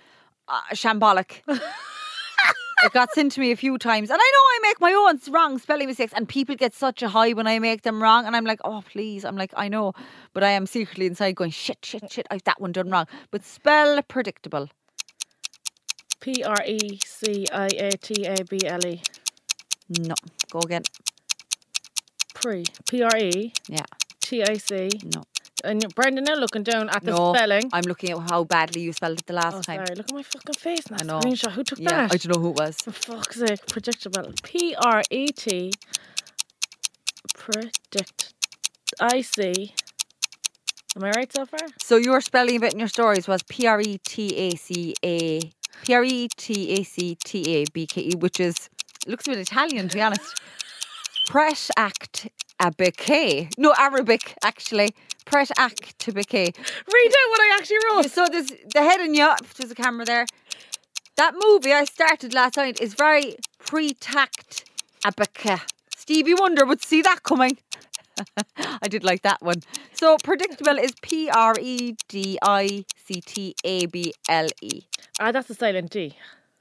Speaker 2: uh, shambolic.
Speaker 1: (laughs)
Speaker 2: it got sent to me a few times, and I know I make my own s- wrong spelling mistakes, and people get such a high when I make them wrong, and I'm like, oh please, I'm like, I know, but I am secretly inside going shit, shit, shit. I've that one done wrong. But spell predictable.
Speaker 1: P R E C I A T A B L E.
Speaker 2: No, go again.
Speaker 1: Pre. P R E
Speaker 2: Yeah,
Speaker 1: T A C.
Speaker 2: no,
Speaker 1: And you're- Brendan, now looking down at the
Speaker 2: no.
Speaker 1: spelling.
Speaker 2: I'm looking at how badly you spelled it the last
Speaker 1: Oh,
Speaker 2: time.
Speaker 1: sorry. Look at my fucking face now.
Speaker 2: I know.
Speaker 1: Screenshot. Who took
Speaker 2: Yeah,
Speaker 1: that?
Speaker 2: I don't know who it was.
Speaker 1: For fuck's sake. Predictable. P R E T. Predict. I C. Am I right so far?
Speaker 2: So your spelling of it in your stories was P R E T A C A P R E T A C T A B K E, which is looks a bit Italian to be honest. Pret act abeke. No Arabic actually. Pret act abeke.
Speaker 1: Read out what I actually wrote.
Speaker 2: So there's the head in your there's a camera there. That movie I started last night is very pre tact abeke. Stevie Wonder would see that coming. (laughs) I did like that one. So predictable is P R E D I C T A B L E.
Speaker 1: Ah, that's a silent D.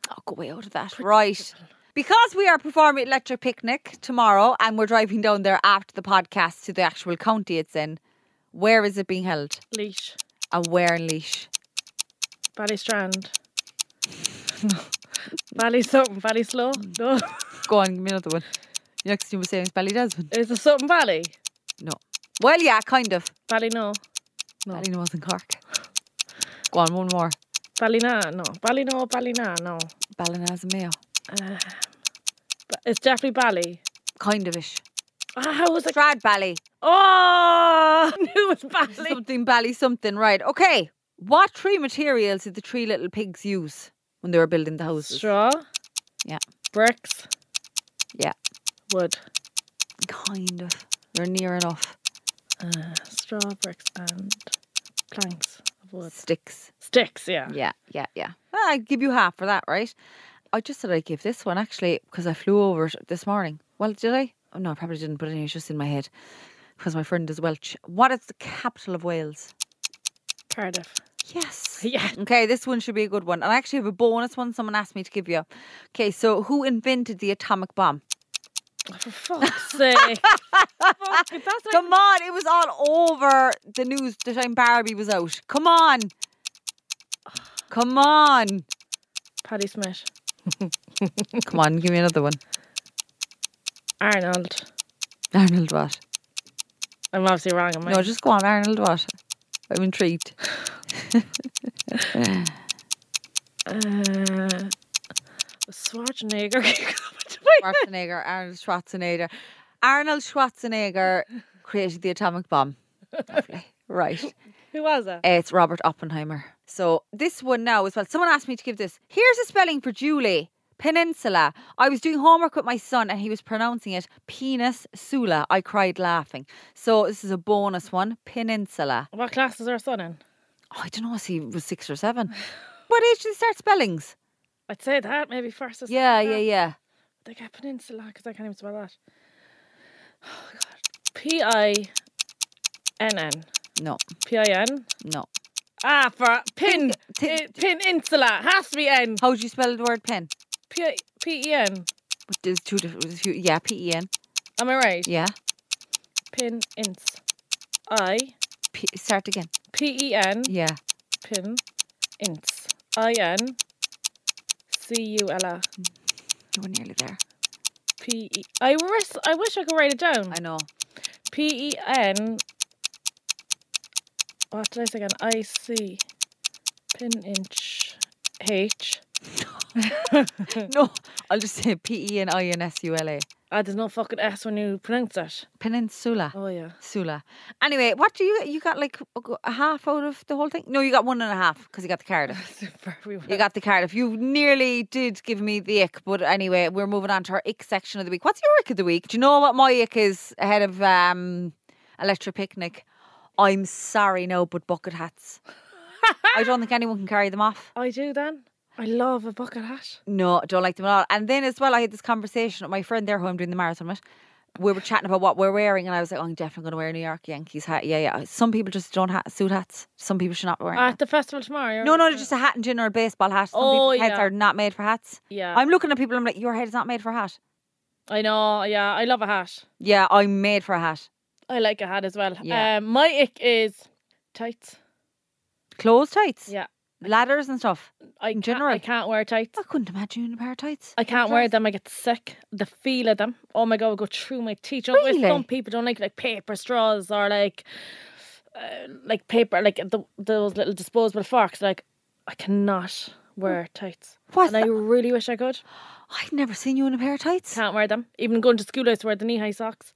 Speaker 2: I'll Oh, go way out of that. Right. Because we are performing at Electric Picnic tomorrow and we're driving down there after the podcast to the actual county it's in, where is it being held?
Speaker 1: Leash.
Speaker 2: And where in Leash?
Speaker 1: Ballystrand. (laughs) Valley something, Valley slow. No,
Speaker 2: Go on, give me another one. You next thing you were saying is Belly Desmond.
Speaker 1: is it something Valley?
Speaker 2: No. Well, yeah, kind of.
Speaker 1: Valley no,
Speaker 2: No. Belly was in Cork. Go on, one more.
Speaker 1: Valley na no, Valley no, Valley na no. Uh,
Speaker 2: Ballinaz and Mayo.
Speaker 1: But it's definitely Valley.
Speaker 2: Kind of ish.
Speaker 1: Ah, how was it?
Speaker 2: Strad Bally.
Speaker 1: Oh, (laughs) I knew it was Valley.
Speaker 2: Something Bally something, right. Okay. What three materials did the three little pigs use when they were building the
Speaker 1: (laughs)
Speaker 2: houses?
Speaker 1: Straw.
Speaker 2: Yeah.
Speaker 1: Bricks.
Speaker 2: Yeah.
Speaker 1: Wood.
Speaker 2: Kind of. You're near enough.
Speaker 1: Uh, straw, bricks, and planks of wood.
Speaker 2: Sticks.
Speaker 1: Sticks. Yeah.
Speaker 2: Yeah, yeah, yeah. Well, I'd give you half for that, right? I just said I'd give this one actually because I flew over it this morning. Well, did I? Oh, no, I probably didn't, but anyway, it's just in my head because my friend is Welsh. What is the capital of Wales?
Speaker 1: Cardiff.
Speaker 2: Yes.
Speaker 1: Yeah.
Speaker 2: Okay, this one should be a good one. And I actually have a bonus one someone asked me to give you. Okay, so who invented the atomic bomb?
Speaker 1: For fuck's
Speaker 2: (laughs)
Speaker 1: sake. Fuck, that's like,
Speaker 2: Come on, it was all over the news the time Barbie was out. Come on. Come on.
Speaker 1: Paddy Smith.
Speaker 2: (laughs) Come on, give me another one.
Speaker 1: Arnold.
Speaker 2: Arnold what?
Speaker 1: I'm obviously wrong. Am I?
Speaker 2: No, just go on, Arnold what? I'm intrigued.
Speaker 1: Uh, Schwarzenegger.
Speaker 2: (laughs)
Speaker 1: (laughs)
Speaker 2: Schwarzenegger, Arnold Schwarzenegger. Arnold (laughs) Schwarzenegger created the atomic bomb. Lovely. (laughs) Right.
Speaker 1: Who was it?
Speaker 2: It's Robert Oppenheimer. So this one now as well. Someone asked me to give this. Here's a spelling for Julie. Peninsula. I was doing homework with my son and he was pronouncing it penis sula. I cried laughing. So this is a bonus one. Peninsula.
Speaker 1: What class is our son in?
Speaker 2: Oh, I don't know. See, he was six or (laughs) seven. what age do they start spellings?
Speaker 1: I'd say that maybe first. or
Speaker 2: Yeah,
Speaker 1: second
Speaker 2: yeah,
Speaker 1: class.
Speaker 2: yeah.
Speaker 1: They got peninsula because I can't even spell that. (sighs) Oh god. P I N N.
Speaker 2: No,
Speaker 1: P I N.
Speaker 2: no.
Speaker 1: Ah, for
Speaker 2: (laughs)
Speaker 1: pin.
Speaker 2: Tin-
Speaker 1: Pin insula. Has to be N.
Speaker 2: How do you spell the word pen?
Speaker 1: P P E N.
Speaker 2: But There's two different. there's two- Yeah, P E N.
Speaker 1: Am I right?
Speaker 2: Yeah.
Speaker 1: Pin ins. I
Speaker 2: P- start again.
Speaker 1: P E N.
Speaker 2: Yeah.
Speaker 1: Pin ints. I N. C U L A.
Speaker 2: You were nearly there.
Speaker 1: P E. I wish I wish I could write it down.
Speaker 2: I know.
Speaker 1: P E N. Oh, What did I say again? I C. Pin inch. H.
Speaker 2: no, I'll just say P E N I N S U L A.
Speaker 1: Ah, there's no fucking S when you pronounce that.
Speaker 2: Peninsula.
Speaker 1: Oh yeah. (laughs)
Speaker 2: Sula. Anyway, what do you you got like a- a half out of the whole thing? No, you got one and a half because you got the Cardiff.
Speaker 1: Super. We
Speaker 2: You
Speaker 1: went.
Speaker 2: got the Cardiff. You nearly did give me the ick, but anyway, we're moving on to our ick section of the week. What's your ick of the week? Do you know what my ick is ahead of um Electro Picnic? I'm sorry no, but bucket hats. I don't think anyone can carry them off.
Speaker 1: I do then. I love a bucket hat.
Speaker 2: No, I don't like them at all. And then as well, I had this conversation with my friend there who I'm doing the marathon with. We were chatting about what we're wearing, and I was like, oh, I'm definitely going to wear a New York Yankees hat. Yeah, yeah. Some people just don't ha- suit hats. Some people should not be wearing.
Speaker 1: At
Speaker 2: hats.
Speaker 1: the festival tomorrow. you're-
Speaker 2: No, no, just a hat and gin or a baseball hat. Some
Speaker 1: Oh,
Speaker 2: people's heads
Speaker 1: yeah.
Speaker 2: are not made for hats.
Speaker 1: Yeah.
Speaker 2: I'm looking at people. I'm like, your head is not made for a hat.
Speaker 1: I know. Yeah, I love a hat.
Speaker 2: Yeah, I'm made for a hat.
Speaker 1: I like a hat as well.
Speaker 2: Yeah.
Speaker 1: Um, my ick is tights.
Speaker 2: Clothes tights,
Speaker 1: Yeah.
Speaker 2: ladders and stuff.
Speaker 1: I
Speaker 2: In
Speaker 1: can't-
Speaker 2: general.
Speaker 1: I can't wear tights.
Speaker 2: I couldn't imagine you in a pair of tights.
Speaker 1: I can't wear them. I get sick. The feel of them. Oh my god, would go through my teeth. You know, where
Speaker 2: Really?
Speaker 1: Some people don't like like paper straws or like, uh, like paper like the, those little disposable forks. Like, I cannot wear tights.
Speaker 2: What's
Speaker 1: And I
Speaker 2: the-
Speaker 1: really wish I could.
Speaker 2: I've never seen you in a pair of tights.
Speaker 1: Can't wear them. Even going to school, I used to wear the knee high socks.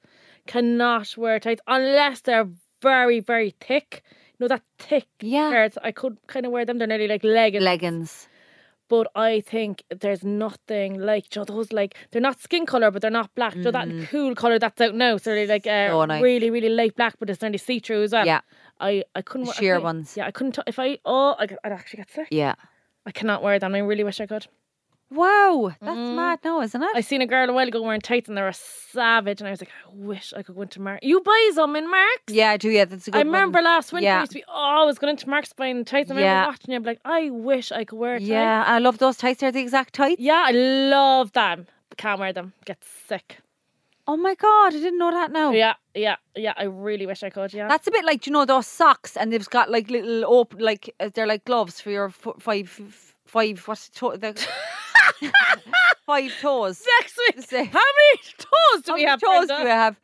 Speaker 1: Cannot wear tights unless they're very very thick. You know that thick
Speaker 2: Yeah.
Speaker 1: pair, it's- I could kind of wear them. They're nearly like leggings.
Speaker 2: Leggings.
Speaker 1: But I think there's nothing like you know, those like they're not skin color, but they're not black. So that cool color that's out now, so they're like uh,
Speaker 2: Mm. So nice.
Speaker 1: really really light black, but it's nearly see through as well.
Speaker 2: Yeah.
Speaker 1: I I couldn't
Speaker 2: The
Speaker 1: wear I
Speaker 2: sheer
Speaker 1: couldn't-
Speaker 2: ones.
Speaker 1: Yeah, I couldn't. T- if I oh, I, would actually get sick.
Speaker 2: Yeah.
Speaker 1: I cannot wear them. I really wish I could.
Speaker 2: Wow, that's mad now, isn't it?
Speaker 1: I seen a girl a while ago wearing tights, and they were savage, and I was like, I wish I could go into Mark. You buy some in Mark.
Speaker 2: Yeah, I do. Yeah, that's a good
Speaker 1: I
Speaker 2: one.
Speaker 1: remember last winter
Speaker 2: Yeah.
Speaker 1: I used to be always going into Mark's buying tights. and I
Speaker 2: Yeah.
Speaker 1: remember watching you, like, I wish I could wear tights.
Speaker 2: Yeah, I love those tights. They're the exact tights.
Speaker 1: Yeah, I love them. Can't wear them. Get sick.
Speaker 2: Oh my god, I didn't know that. Now
Speaker 1: Yeah, yeah, yeah. I really wish I could. Yeah.
Speaker 2: that's a bit like do you know those socks, and they've got like little open, like uh, they're like gloves for your f- five, f- five. What's the toe? The (laughs) five toes.
Speaker 1: (laughs) Next week.
Speaker 2: Say-
Speaker 1: How many toes do
Speaker 2: How
Speaker 1: we
Speaker 2: many
Speaker 1: have?
Speaker 2: toes do
Speaker 1: Brenda?
Speaker 2: we have?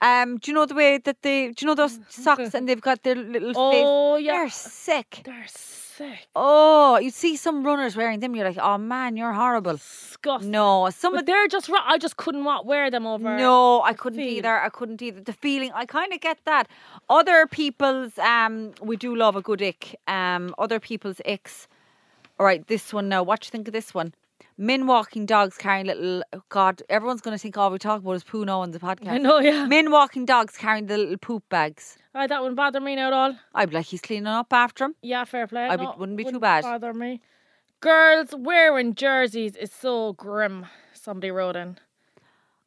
Speaker 2: Um, do you know
Speaker 1: (laughs)
Speaker 2: the way that they? Do you know those socks, and they've got their little? face-
Speaker 1: Oh, yeah.
Speaker 2: they're sick.
Speaker 1: They're sake.
Speaker 2: Oh, you see some runners wearing them. You're like, oh man, you're horrible.
Speaker 1: Disgusting.
Speaker 2: No, some
Speaker 1: But
Speaker 2: of
Speaker 1: they're just wrong. I just couldn't wa- wear them over.
Speaker 2: No, I couldn't
Speaker 1: feel.
Speaker 2: either. I couldn't either. The feeling, I kind of get that. Other people's, um, we do love a good ick. Um, other people's icks. All right, this one now. What you think of this one? Men walking dogs carrying little. oh, God, everyone's going to think all we talk about is poo now on the podcast.
Speaker 1: I know, yeah.
Speaker 2: Men walking dogs carrying the little poop bags.
Speaker 1: Aye, that wouldn't bother me now at all.
Speaker 2: I'd be like, he's cleaning up after him.
Speaker 1: Yeah, fair play.
Speaker 2: I be-
Speaker 1: No,
Speaker 2: wouldn't be too bad.
Speaker 1: Bother me. Girls wearing jerseys is so grim. Somebody wrote in.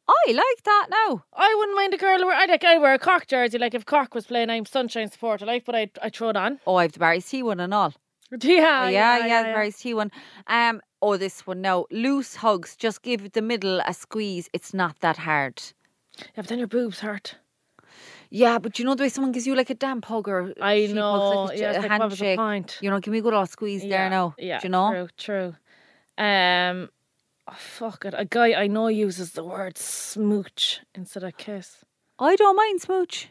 Speaker 2: I like that now.
Speaker 1: I wouldn't mind a girl wear. I'd like I wear a Cork jersey. Like if Cork was playing, I'm sunshine supporter. Like, but I I throw it on. (laughs)
Speaker 2: Oh, I've the Barry T one and all.
Speaker 1: Yeah,
Speaker 2: Oh, yeah, yeah, the Barry T one. Um, oh, this one now. Loose hugs. Just give the middle a squeeze. It's not that hard.
Speaker 1: yeah. But then your boobs hurt.
Speaker 2: Yeah, but you know the way someone gives you like a damp hug or
Speaker 1: I
Speaker 2: she hugs
Speaker 1: know.
Speaker 2: like a, j-
Speaker 1: yeah,
Speaker 2: a
Speaker 1: it's like, what was the
Speaker 2: handshake.
Speaker 1: point?
Speaker 2: You know, give me a good old squeeze there now.
Speaker 1: Yeah,
Speaker 2: do you know?
Speaker 1: True, true. Um, oh, fuck it. A guy I know uses the word smooch instead of kiss.
Speaker 2: I don't mind smooch.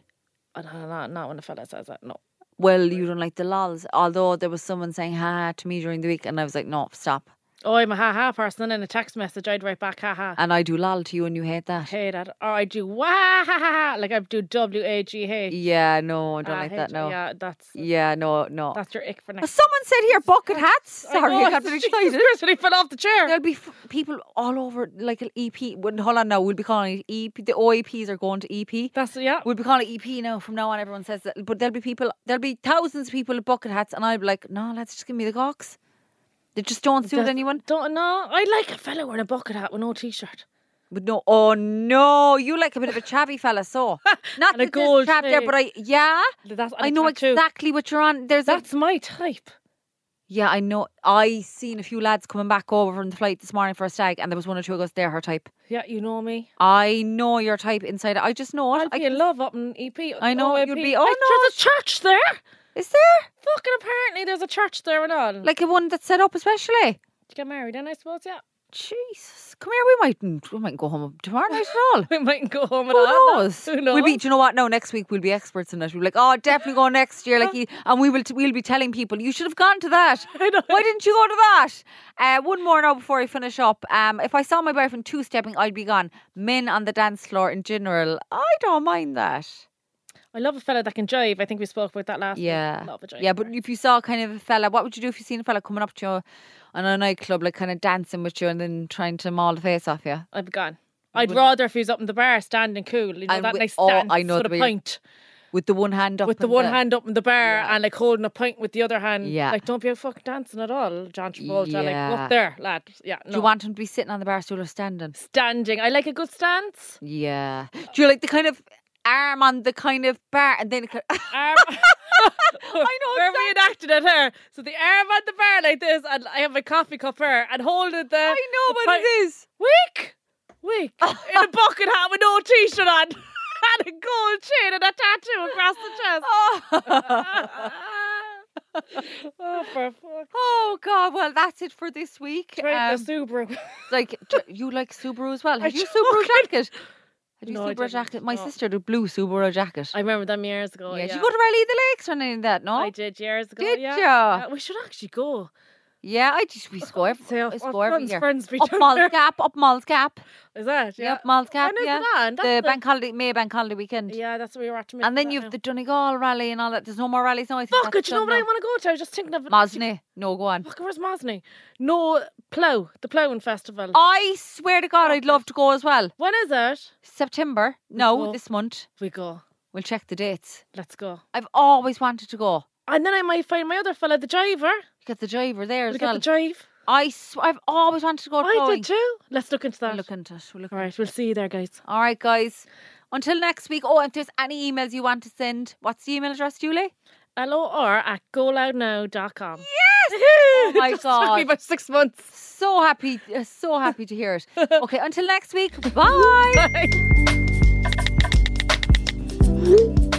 Speaker 1: I don't know, not when a fella says that. No.
Speaker 2: Well, you don't like the lols. Although there was someone saying ha ha to me during the week, and I was like, no, stop.
Speaker 1: Oh, I'm a ha ha person. And in a text message, I'd write back ha ha.
Speaker 2: And I do lol to you, and you hate that.
Speaker 1: Hey, that. Or I do wah ha ha ha. Like I do W A G H. Ah,
Speaker 2: Yeah, no, I don't like that. No. Yeah,
Speaker 1: Yeah, that's
Speaker 2: no, no.
Speaker 1: that's your ick for
Speaker 2: Well,
Speaker 1: next.
Speaker 2: Someone said here bucket hats. Sorry, I,
Speaker 1: know, (laughs)
Speaker 2: got a bit
Speaker 1: Jesus
Speaker 2: excited.
Speaker 1: Christ, when he fell off the chair.
Speaker 2: There'll be f- people all over, like an EP. Well, hold on now, we'll be calling it EP. The OEPs are going to EP.
Speaker 1: That's yeah.
Speaker 2: We'll be calling it EP now. From now on, everyone says that. But there'll be people, there'll be thousands of people with bucket hats, and I'll be like, no, let's just give me the gawks. They just don't suit
Speaker 1: That's-
Speaker 2: anyone.
Speaker 1: Don't know. I like a fella wearing a bucket hat with no t-shirt.
Speaker 2: But no, oh no, you like a bit of a chavvy fella, (laughs) so not
Speaker 1: And a
Speaker 2: that there's
Speaker 1: gold
Speaker 2: chav there, but I yeah,
Speaker 1: That's, and
Speaker 2: I
Speaker 1: a
Speaker 2: know
Speaker 1: tattoo.
Speaker 2: exactly what you're on. There's a,
Speaker 1: That's my type.
Speaker 2: yeah, I know. I seen a few lads coming back over from the flight this morning for a stag, and there was one or two of us there. Her type,
Speaker 1: Yeah, you know me.
Speaker 2: I know your type inside. out. I just know it.
Speaker 1: I'll
Speaker 2: I
Speaker 1: be in love up in E EP.
Speaker 2: I know,
Speaker 1: OAP.
Speaker 2: you'd be- oh,
Speaker 1: Like,
Speaker 2: no,
Speaker 1: There's a church there.
Speaker 2: Is there
Speaker 1: Fucking apparently, there's a church there and all. Like,
Speaker 2: like a one that's set up especially?
Speaker 1: you get married, then I suppose. Yeah,
Speaker 2: Jesus, come here. We mightn't. We might go home tomorrow night at all.
Speaker 1: (laughs) we might go home and
Speaker 2: Who
Speaker 1: all. no?
Speaker 2: knows?
Speaker 1: Who knows?
Speaker 2: We'll be. Do you know what? No, next week we'll be experts in that. We'll be like, oh, definitely go next year. Like, you- and we will. T- we'll be telling people you should have gone to that.
Speaker 1: (laughs) I know.
Speaker 2: Why didn't you go to that? Uh, one more now before I finish up. Um, if I saw my boyfriend two stepping, I'd be gone. Men on the dance floor in general, I don't mind that.
Speaker 1: I love a fella that can jive. I think we spoke about that last. week.
Speaker 2: Yeah.
Speaker 1: love a jive.
Speaker 2: Yeah, but if you saw kind of a fella, what would you do if you seen a fella coming up to you on a nightclub, like kind of dancing with you and then trying to maul the face off you?
Speaker 1: I'd be gone. I'd rather if he was up in the bar standing cool, you know
Speaker 2: And
Speaker 1: that
Speaker 2: wi-
Speaker 1: nice
Speaker 2: oh,
Speaker 1: dance
Speaker 2: I know
Speaker 1: with
Speaker 2: the
Speaker 1: a
Speaker 2: way-
Speaker 1: pint,
Speaker 2: With the one hand up.
Speaker 1: with the
Speaker 2: and
Speaker 1: one hand up in the bar and like holding a pint with the other hand.
Speaker 2: Yeah.
Speaker 1: like don't be a fucking dancing at all, John Travolta. Like
Speaker 2: Yeah.
Speaker 1: up there, lad. Yeah, no.
Speaker 2: Do you want him to be sitting on the bar stool or standing?
Speaker 1: standing? I like a good
Speaker 2: (laughs)
Speaker 1: stance.
Speaker 2: Yeah. Do you like the kind of arm on the kind of bar and (laughs) then kind of-
Speaker 1: arm. (laughs) I
Speaker 2: know
Speaker 1: We're reenacting it here. So the arm on the bar like this, and I have my coffee cup here, and holding the.
Speaker 2: I know what it is.
Speaker 1: Wig,
Speaker 2: (laughs)
Speaker 1: wig, in a bucket hat with no t-shirt on, (laughs) and a gold chain and a tattoo across the
Speaker 2: (laughs)
Speaker 1: chest.
Speaker 2: Oh.
Speaker 1: oh, for fuck.
Speaker 2: (laughs) Oh, God! Well, that's it for this week.
Speaker 1: Right,
Speaker 2: (laughs) Um,
Speaker 1: the Subaru.
Speaker 2: like do- you like Subaru as well. Have (laughs) you
Speaker 1: do,
Speaker 2: Subaru jacket? Have you
Speaker 1: No, I
Speaker 2: Subaru
Speaker 1: didn't,
Speaker 2: jacket? My
Speaker 1: no.
Speaker 2: sister had a blue Subaru jacket.
Speaker 1: I remember them years ago.
Speaker 2: yeah,
Speaker 1: Yeah,
Speaker 2: did you go to Rally of the Lakes or anything like that? No.
Speaker 1: I did years ago.
Speaker 2: Did
Speaker 1: yeah.
Speaker 2: ya?
Speaker 1: Yeah, we should actually go.
Speaker 2: Yeah, I (laughs) just we score every,
Speaker 1: Say,
Speaker 2: we
Speaker 1: our
Speaker 2: score every
Speaker 1: friends,
Speaker 2: year.
Speaker 1: friends, be
Speaker 2: Up Mall Gap, up Mall (laughs) Gap.
Speaker 1: Is that?
Speaker 2: Yeah,
Speaker 1: Yeah. Oh,
Speaker 2: up Mall Gap.
Speaker 1: When is
Speaker 2: yeah.
Speaker 1: it on? That's
Speaker 2: the, bank holiday, May bank holiday weekend.
Speaker 1: Yeah, that's what we were at.
Speaker 2: And then you have the Donegal rally and all that. There's no more rallies now. I think
Speaker 1: Fuck
Speaker 2: that's
Speaker 1: it, you know
Speaker 2: done
Speaker 1: what I
Speaker 2: now.
Speaker 1: want to go to? I was just thinking of it.
Speaker 2: Mosney. No, go on.
Speaker 1: Fuck, where's Mosney? No, Plough, the Ploughing Festival.
Speaker 2: I swear to God, I'd love to go as well.
Speaker 1: When is it?
Speaker 2: September. No,
Speaker 1: go.
Speaker 2: this month.
Speaker 1: We go.
Speaker 2: We'll check the dates.
Speaker 1: Let's go.
Speaker 2: I've always wanted to go.
Speaker 1: And then I might find my other fella, the driver.
Speaker 2: Get the driver there
Speaker 1: We'll
Speaker 2: as
Speaker 1: get
Speaker 2: well.
Speaker 1: the drive.
Speaker 2: I sw- I've always wanted to go.
Speaker 1: I
Speaker 2: rowing.
Speaker 1: did too. Let's look into
Speaker 2: We'll
Speaker 1: that.
Speaker 2: look into it. We'll look
Speaker 1: All right, we'll see you there, guys.
Speaker 2: All right, guys. Until next week. Oh, if there's any emails you want to send, what's the email address, Julie?
Speaker 1: L-O-R at goloudnow.com. (laughs)
Speaker 2: Oh my
Speaker 1: Just took me
Speaker 2: God.
Speaker 1: about six months.
Speaker 2: So happy, uh, so happy
Speaker 1: (laughs)
Speaker 2: to hear it. Okay, until next week. Bye.
Speaker 1: Bye.